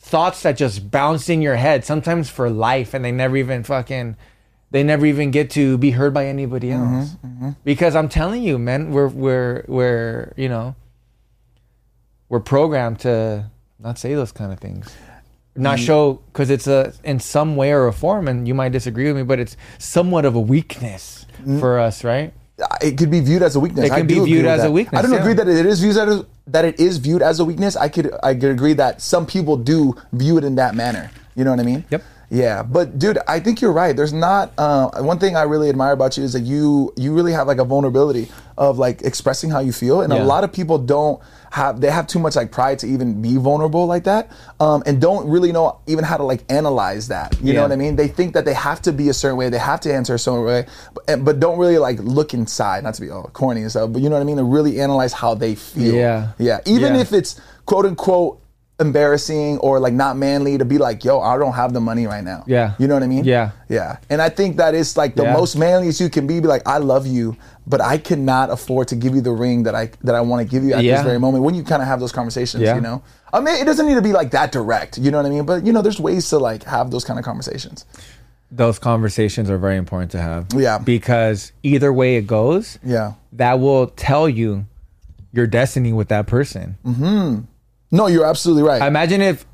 [SPEAKER 3] thoughts that just bounce in your head sometimes for life and they never even fucking they never even get to be heard by anybody
[SPEAKER 2] Mm-hmm,
[SPEAKER 3] else. Because I'm telling you, man, we're we're we're, you know, we're programmed to not say those kind of things,
[SPEAKER 2] Mm.
[SPEAKER 3] not show because it's a in some way or a form, and you might disagree with me, but it's somewhat of a weakness
[SPEAKER 2] Mm.
[SPEAKER 3] for us, right?
[SPEAKER 2] it could be viewed as a weakness.
[SPEAKER 3] It can
[SPEAKER 2] I
[SPEAKER 3] be
[SPEAKER 2] do agree
[SPEAKER 3] viewed
[SPEAKER 2] with
[SPEAKER 3] as
[SPEAKER 2] that.
[SPEAKER 3] a weakness,
[SPEAKER 2] I don't
[SPEAKER 3] yeah.
[SPEAKER 2] agree that it is viewed as that it is viewed as a weakness. I could I could agree that some people do view it in that manner. You know what I mean?
[SPEAKER 3] Yep.
[SPEAKER 2] Yeah, but dude, I think you're right. There's not uh, one thing I really admire about you is that you you really have like a vulnerability of like expressing how you feel, and a
[SPEAKER 3] Yeah.
[SPEAKER 2] lot of people don't have they have too much like pride to even be vulnerable like that, um, and don't really know even how to like analyze that. You know
[SPEAKER 3] Yeah.
[SPEAKER 2] what I mean? They think that they have to be a certain way, they have to answer a certain way, but, and- but don't really like look inside. Not to be all corny and stuff, but you know what I mean? To really analyze how they feel.
[SPEAKER 3] Yeah.
[SPEAKER 2] yeah. Even
[SPEAKER 3] Yeah.
[SPEAKER 2] if it's quote unquote embarrassing or like not manly to be like, yo, I don't have the money right now.
[SPEAKER 3] Yeah.
[SPEAKER 2] You know what I mean?
[SPEAKER 3] Yeah.
[SPEAKER 2] Yeah. And I think that is like the
[SPEAKER 3] Yeah.
[SPEAKER 2] most manliest you can be. Be like, I love you, but I cannot afford to give you the ring that I that I want to give you at
[SPEAKER 3] Yeah.
[SPEAKER 2] this very moment. When you kind of have those conversations,
[SPEAKER 3] Yeah.
[SPEAKER 2] you know, I mean, it doesn't need to be like that direct. You know what I mean? But you know, there's ways to like have those kind of conversations.
[SPEAKER 3] Those conversations are very important to have.
[SPEAKER 2] Yeah.
[SPEAKER 3] because either way it goes,
[SPEAKER 2] Yeah.
[SPEAKER 3] that will tell you your destiny with that person.
[SPEAKER 2] Mm-hmm. No, you're absolutely right.
[SPEAKER 3] Imagine if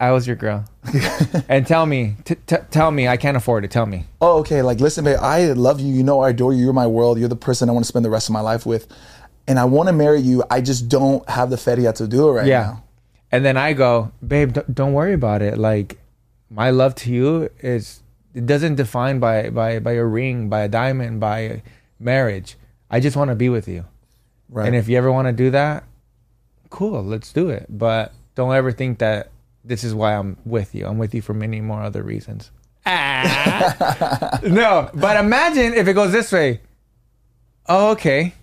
[SPEAKER 3] I was your girl and tell me, t- t- tell me, I can't afford it. Tell me.
[SPEAKER 2] oh, okay. Like, listen, babe, I love you. You know, I adore you. You're my world. You're the person I want to spend the rest of my life with. And I want to marry you. I just don't have the feria to do it right
[SPEAKER 3] Yeah.
[SPEAKER 2] now.
[SPEAKER 3] And then I go, babe, d- don't worry about it. Like, my love to you is it doesn't define by by by a ring, by a diamond, by marriage. I just want to be with you.
[SPEAKER 2] Right.
[SPEAKER 3] And if you ever want to do that, cool, let's do it. But don't ever think that this is why I'm with you. I'm with you for many more other reasons. Ah. no, but imagine if it goes this way. Oh, okay.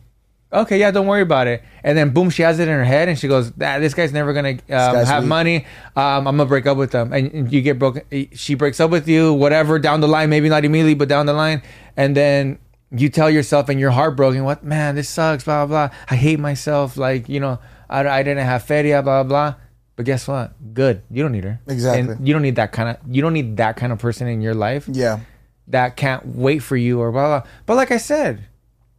[SPEAKER 3] Okay, yeah, don't worry about it. And then boom, she has it in her head, and she goes, ah, "This guy's never gonna um,
[SPEAKER 2] guy's
[SPEAKER 3] have
[SPEAKER 2] weak.
[SPEAKER 3] money. Um, I'm gonna break up with him." And, and you get broken. She breaks up with you, whatever. Down the line, maybe not immediately, but down the line, and then you tell yourself, and you're heartbroken. What man? This sucks. Blah blah. blah. I hate myself. Like you know, I, I didn't have feria. Blah blah. But guess what? Good. You don't need her.
[SPEAKER 2] Exactly.
[SPEAKER 3] And you don't need that kind of. You don't need that kind of person in your life
[SPEAKER 2] Yeah.
[SPEAKER 3] that can't wait for you or blah blah. But like I said,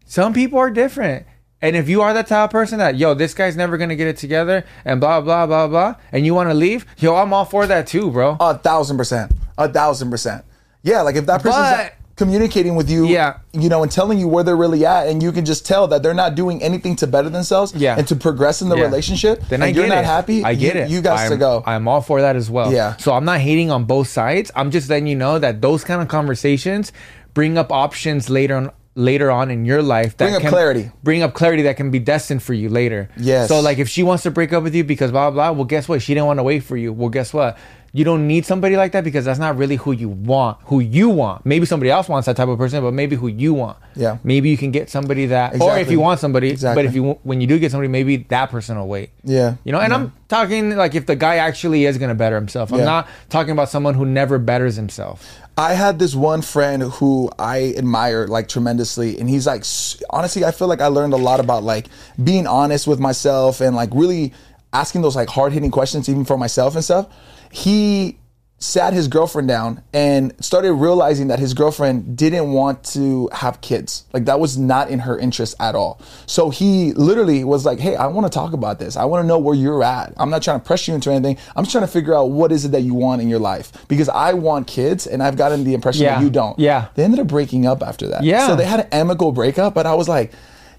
[SPEAKER 3] some people are different. And if you are that type of person that yo, this guy's never gonna get it together and blah blah blah blah, and you want to leave, yo, I'm all for that too, bro.
[SPEAKER 2] A thousand percent. A thousand percent. Yeah, like if that person's
[SPEAKER 3] But-
[SPEAKER 2] communicating with you,
[SPEAKER 3] Yeah.
[SPEAKER 2] you know, and telling you where they're really at, and you can just tell that they're not doing anything to better themselves
[SPEAKER 3] Yeah.
[SPEAKER 2] and to progress in the
[SPEAKER 3] Yeah.
[SPEAKER 2] relationship,
[SPEAKER 3] Then I
[SPEAKER 2] and
[SPEAKER 3] get
[SPEAKER 2] you're not
[SPEAKER 3] it.
[SPEAKER 2] happy,
[SPEAKER 3] I get
[SPEAKER 2] you,
[SPEAKER 3] it.
[SPEAKER 2] You got
[SPEAKER 3] I'm,
[SPEAKER 2] to go.
[SPEAKER 3] I'm all for that as well.
[SPEAKER 2] Yeah.
[SPEAKER 3] So I'm not hating on both sides. I'm just letting you know that those kind of conversations bring up options later on later on in your life that
[SPEAKER 2] Bring up
[SPEAKER 3] can
[SPEAKER 2] clarity.
[SPEAKER 3] bring up clarity that can be destined for you later
[SPEAKER 2] Yes.
[SPEAKER 3] so like if she wants to break up with you because blah blah well guess what she didn't want to wait for you well guess what you don't need somebody like that because that's not really who you want who you want maybe somebody else wants that type of person but maybe who you want
[SPEAKER 2] Yeah.
[SPEAKER 3] maybe you can get somebody that or if
[SPEAKER 2] Exactly.
[SPEAKER 3] you want somebody
[SPEAKER 2] Exactly.
[SPEAKER 3] but if you when you do get somebody maybe that person will wait
[SPEAKER 2] Yeah.
[SPEAKER 3] you know, and I'm talking like if the guy actually is going to better himself. I'm
[SPEAKER 2] Yeah.
[SPEAKER 3] not talking about someone who never betters himself.
[SPEAKER 2] I had this one friend who I admire like tremendously, and he's like, s- honestly, I feel like I learned a lot about like being honest with myself and like really asking those like hard hitting questions even for myself and stuff. He sat his girlfriend down and started realizing that his girlfriend didn't want to have kids. Like that was not in her interest at all. So he literally was like, "Hey, I want to talk about this. I want to know where you're at. I'm not trying to pressure you into anything. I'm just trying to figure out what is it that you want in your life because I want kids and I've gotten the impression that
[SPEAKER 3] Yeah.
[SPEAKER 2] you don't."
[SPEAKER 3] Yeah.
[SPEAKER 2] They ended up breaking up after that.
[SPEAKER 3] Yeah.
[SPEAKER 2] So they had an amicable breakup, but I was like,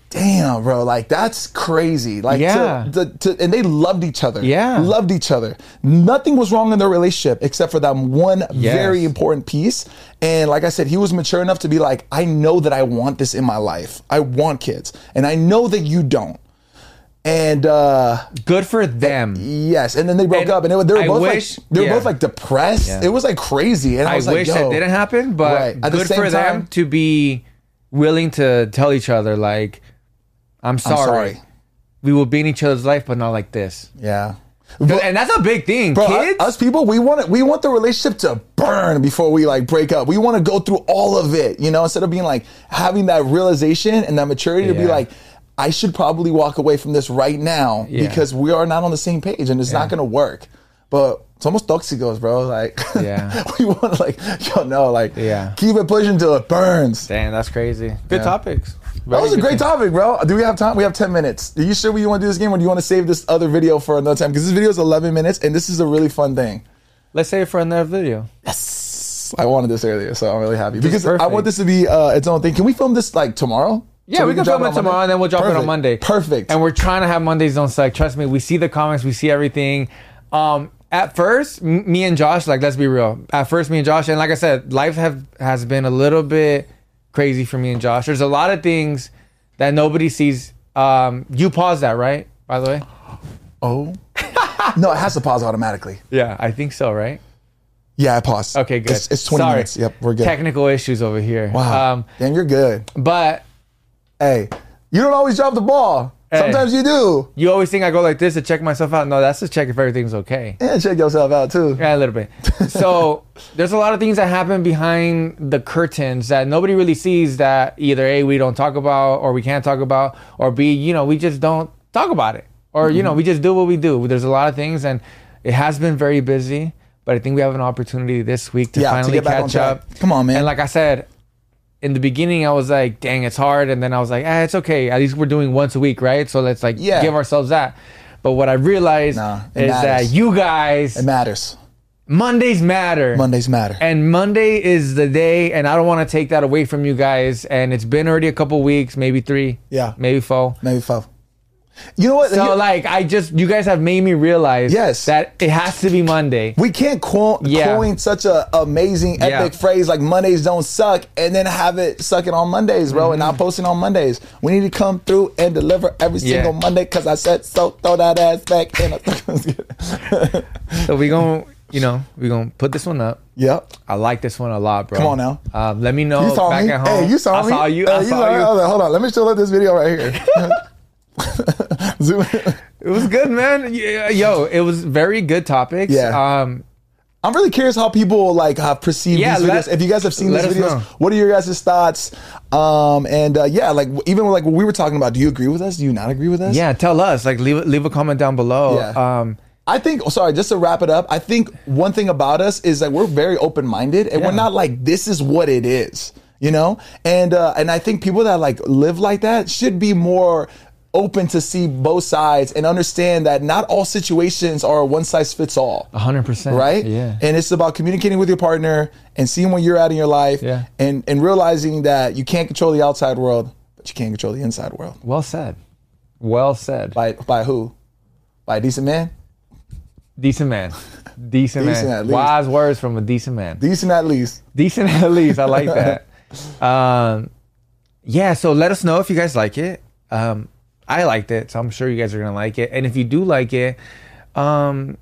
[SPEAKER 2] "Damn, bro, like that's crazy." Like to-
[SPEAKER 3] Yeah.
[SPEAKER 2] to, to- and they loved each other.
[SPEAKER 3] Yeah.
[SPEAKER 2] Loved each other. Nothing was wrong in their relationship except for that one
[SPEAKER 3] Yes.
[SPEAKER 2] very important piece. And like I said, he was mature enough to be like, I know that I want this in my life. I want kids. And I know that you don't. And uh
[SPEAKER 3] Good for them.
[SPEAKER 2] yes, and then they broke
[SPEAKER 3] And
[SPEAKER 2] up, and they were, they were
[SPEAKER 3] I
[SPEAKER 2] both
[SPEAKER 3] wish-
[SPEAKER 2] like they were
[SPEAKER 3] yeah.
[SPEAKER 2] both like depressed.
[SPEAKER 3] Yeah.
[SPEAKER 2] It was like crazy, and I,
[SPEAKER 3] I,
[SPEAKER 2] was
[SPEAKER 3] wish
[SPEAKER 2] like, Yo.
[SPEAKER 3] that didn't happen, but
[SPEAKER 2] Right. At the
[SPEAKER 3] good
[SPEAKER 2] same
[SPEAKER 3] for
[SPEAKER 2] time-
[SPEAKER 3] them to be willing to tell each other like, "I'm sorry,
[SPEAKER 2] sorry.
[SPEAKER 3] we will be in each other's life, but not like this."
[SPEAKER 2] Yeah,
[SPEAKER 3] and that's a big thing,
[SPEAKER 2] Bro, u-
[SPEAKER 3] kids.
[SPEAKER 2] us people, we want it, we want the relationship to burn before we like break up. We want to go through all of it, you know, instead of being like having that realization and that maturity to be
[SPEAKER 3] Yeah.
[SPEAKER 2] like, I should probably walk away from this right now
[SPEAKER 3] Yeah.
[SPEAKER 2] because we are not on the same page and it's not going to work. But it's almost toxicos, bro. Like,
[SPEAKER 3] Yeah.
[SPEAKER 2] we want to like, yo, no, like,
[SPEAKER 3] Yeah.
[SPEAKER 2] keep it pushing till it burns.
[SPEAKER 3] Damn, that's crazy. Good topics.
[SPEAKER 2] That was a great topic, bro. Do we have time? We have 10 minutes. Are you sure we want to do this game or do you want to save this other video for another time? Because this video is 11 minutes and this is a really fun thing.
[SPEAKER 3] Let's save it for another video.
[SPEAKER 2] I wanted this earlier, so I'm really happy. Because I
[SPEAKER 3] perfect.
[SPEAKER 2] want this to be uh, its own thing. Can we film this like tomorrow?
[SPEAKER 3] Yeah,
[SPEAKER 2] So
[SPEAKER 3] we, can
[SPEAKER 2] drop
[SPEAKER 3] film it
[SPEAKER 2] on
[SPEAKER 3] tomorrow
[SPEAKER 2] Monday?
[SPEAKER 3] and then we'll drop it on
[SPEAKER 2] Perfect.
[SPEAKER 3] Monday.
[SPEAKER 2] Perfect.
[SPEAKER 3] And we're trying to have Mondays don't suck. Trust me, we see the comments, we see everything. Um, at first, m- me and Josh, like let's be real. At first, me and Josh, and like I said, life have has been a little bit crazy for me and Josh. There's a lot of things that nobody sees. Um, you paused that, right? By the way.
[SPEAKER 2] oh. no, it has to pause automatically.
[SPEAKER 3] Yeah, I think so, right?
[SPEAKER 2] Yeah, I paused.
[SPEAKER 3] Okay, good.
[SPEAKER 2] It's, it's 20
[SPEAKER 3] Sorry.
[SPEAKER 2] minutes. Yep, we're good.
[SPEAKER 3] Technical issues over here.
[SPEAKER 2] wow.
[SPEAKER 3] Um,
[SPEAKER 2] Damn, you're good.
[SPEAKER 3] but
[SPEAKER 2] Hey, you don't always drop the ball.
[SPEAKER 3] Hey.
[SPEAKER 2] Sometimes you do.
[SPEAKER 3] you always think I go like this to check myself out. No, that's to check if everything's okay.
[SPEAKER 2] And check yourself out too.
[SPEAKER 3] Yeah, a little bit. So there's a lot of things that happen behind the curtains that nobody really sees that either A, we don't talk about or we can't talk about, or B, you know, we just don't talk about it. Or,
[SPEAKER 2] Mm-hmm.
[SPEAKER 3] you know, we just do what we do. There's a lot of things and it has been very busy, but I think we have an opportunity this week to
[SPEAKER 2] Yeah, to
[SPEAKER 3] finally
[SPEAKER 2] get back on
[SPEAKER 3] catch
[SPEAKER 2] track.
[SPEAKER 3] up.
[SPEAKER 2] Come on, man.
[SPEAKER 3] And like I said, in the beginning I was like, dang, it's hard. And then I was like, ah, it's okay. At least we're doing once a week, right? So let's like
[SPEAKER 2] Yeah.
[SPEAKER 3] give ourselves that. But what I realized
[SPEAKER 2] Nah, it
[SPEAKER 3] is
[SPEAKER 2] matters.
[SPEAKER 3] that you guys
[SPEAKER 2] It matters.
[SPEAKER 3] Mondays matter.
[SPEAKER 2] Mondays matter.
[SPEAKER 3] And Monday is the day, and I don't want to take that away from you guys. And it's been already a couple weeks, maybe three,
[SPEAKER 2] Yeah.
[SPEAKER 3] maybe four.
[SPEAKER 2] Maybe five. You know what?
[SPEAKER 3] So
[SPEAKER 2] Here-
[SPEAKER 3] like, I just you guys have made me realize
[SPEAKER 2] Yes.
[SPEAKER 3] that it has to be Monday.
[SPEAKER 2] we can't coin,
[SPEAKER 3] Yeah.
[SPEAKER 2] coin such a amazing
[SPEAKER 3] Yeah.
[SPEAKER 2] epic phrase like Mondays don't suck and then have it sucking on Mondays, bro, and not posting on Mondays. We need to come through and deliver every
[SPEAKER 3] Mm-hmm. Yeah.
[SPEAKER 2] single Monday because I said so. Throw that ass back in. A-
[SPEAKER 3] So we gonna you know we gonna put this one up.
[SPEAKER 2] yep.
[SPEAKER 3] I like this one a lot, bro.
[SPEAKER 2] Come on now.
[SPEAKER 3] Um, let me know
[SPEAKER 2] You saw
[SPEAKER 3] back
[SPEAKER 2] me.
[SPEAKER 3] at home.
[SPEAKER 2] Hey, you saw
[SPEAKER 3] I
[SPEAKER 2] me.
[SPEAKER 3] saw you.
[SPEAKER 2] Hey,
[SPEAKER 3] I saw
[SPEAKER 2] me.
[SPEAKER 3] you.
[SPEAKER 2] I was like, hold on, let me still let this video right here. Zoom.
[SPEAKER 3] It was good, man. Yeah, Yo, it was very good topics.
[SPEAKER 2] Yeah.
[SPEAKER 3] Um,
[SPEAKER 2] I'm really curious how people like have perceived
[SPEAKER 3] Yeah,
[SPEAKER 2] these
[SPEAKER 3] let-
[SPEAKER 2] videos. If you guys have seen these
[SPEAKER 3] let us
[SPEAKER 2] videos,
[SPEAKER 3] know.
[SPEAKER 2] what are your guys' thoughts? Um, and uh, yeah, like w- even like what we were talking about. Do you agree with us? Do you not agree with us?
[SPEAKER 3] yeah. Tell us. Like, leave leave a comment down below.
[SPEAKER 2] Yeah.
[SPEAKER 3] Um,
[SPEAKER 2] I think, oh, sorry, just to wrap it up, I think one thing about us is that we're very open minded and we're
[SPEAKER 3] Yeah.
[SPEAKER 2] not like, this is what it is, you know? And, uh, and I think people that like live like that should be more open to see both sides and understand that not all situations are one size fits all.
[SPEAKER 3] hundred percent.
[SPEAKER 2] Right?
[SPEAKER 3] Yeah.
[SPEAKER 2] And it's about communicating with your partner and seeing where you're at in your life
[SPEAKER 3] Yeah.
[SPEAKER 2] and, and realizing that you can't control the outside world, but you can control the inside world.
[SPEAKER 3] Well said. Well said.
[SPEAKER 2] By, by who? By a decent man?
[SPEAKER 3] Decent man. Decent,
[SPEAKER 2] Decent at
[SPEAKER 3] man.
[SPEAKER 2] least.
[SPEAKER 3] Wise words from a decent man.
[SPEAKER 2] Decent at least.
[SPEAKER 3] Decent at least. I like that. Um, yeah, so let us know if you guys like it. Um, I liked it, so I'm sure you guys are gonna like it. And if you do like it, um,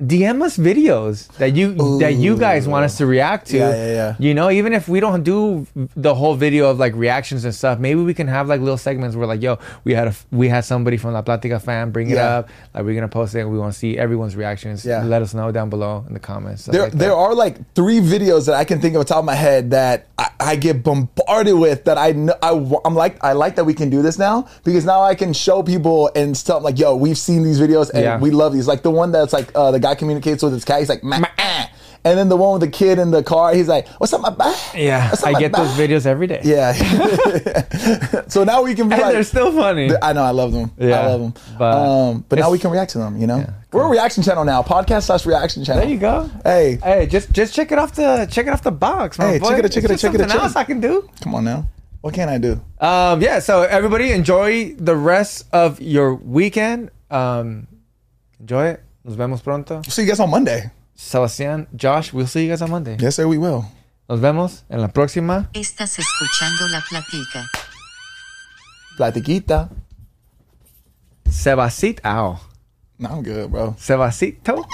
[SPEAKER 3] DM us videos that you that you guys want us to react to.
[SPEAKER 2] Yeah, yeah, yeah.
[SPEAKER 3] You know, even if we don't do the whole video of like reactions and stuff, maybe we can have like little segments where like, yo, we had a we had somebody from La Platica fan bring it
[SPEAKER 2] Yeah.
[SPEAKER 3] up. Like we're gonna post it. and We want to see everyone's reactions.
[SPEAKER 2] Yeah.
[SPEAKER 3] Let us know down below in the comments. stuff
[SPEAKER 2] There,
[SPEAKER 3] like that.
[SPEAKER 2] there are like three videos that I can think of off the top of my head that I, I get bombarded with that I know I, am like I like that we can do this now because now I can show people and stuff like yo we've seen these videos and
[SPEAKER 3] Yeah.
[SPEAKER 2] we love these like the one that's like uh, the guy communicates with his cat he's like "Ma- ah." and then the one with the kid in the car he's like what's up my back
[SPEAKER 3] Yeah,
[SPEAKER 2] What's up,
[SPEAKER 3] I
[SPEAKER 2] my
[SPEAKER 3] get
[SPEAKER 2] bae?"
[SPEAKER 3] those videos every day.
[SPEAKER 2] yeah so now we can be
[SPEAKER 3] and
[SPEAKER 2] like
[SPEAKER 3] they're still funny.
[SPEAKER 2] I know I love them. I
[SPEAKER 3] Yeah,
[SPEAKER 2] love them. But,
[SPEAKER 3] but
[SPEAKER 2] um, but now
[SPEAKER 3] it's-
[SPEAKER 2] we can react to them. You know, we're a reaction channel now. Podcast slash reaction channel.
[SPEAKER 3] there you go.
[SPEAKER 2] Hey.
[SPEAKER 3] hey, just just check it off the check it off the box, my
[SPEAKER 2] Hey,
[SPEAKER 3] boy.
[SPEAKER 2] check it, check it,
[SPEAKER 3] It's just
[SPEAKER 2] check it,
[SPEAKER 3] Something
[SPEAKER 2] check it.
[SPEAKER 3] else I can do.
[SPEAKER 2] Come on now. What can I do?
[SPEAKER 3] Um, yeah. So everybody, enjoy the rest of your weekend. Um, enjoy it. Nos vemos pronto.
[SPEAKER 2] See you guys on Monday.
[SPEAKER 3] Sebastián, Josh, we'll see you guys on Monday.
[SPEAKER 2] Yes, sir, we will.
[SPEAKER 3] Nos vemos en la próxima.
[SPEAKER 9] Estás escuchando la platica.
[SPEAKER 2] Platiquita.
[SPEAKER 3] Sebacito. Ow.
[SPEAKER 2] No, I'm good, bro.
[SPEAKER 3] Sebacito.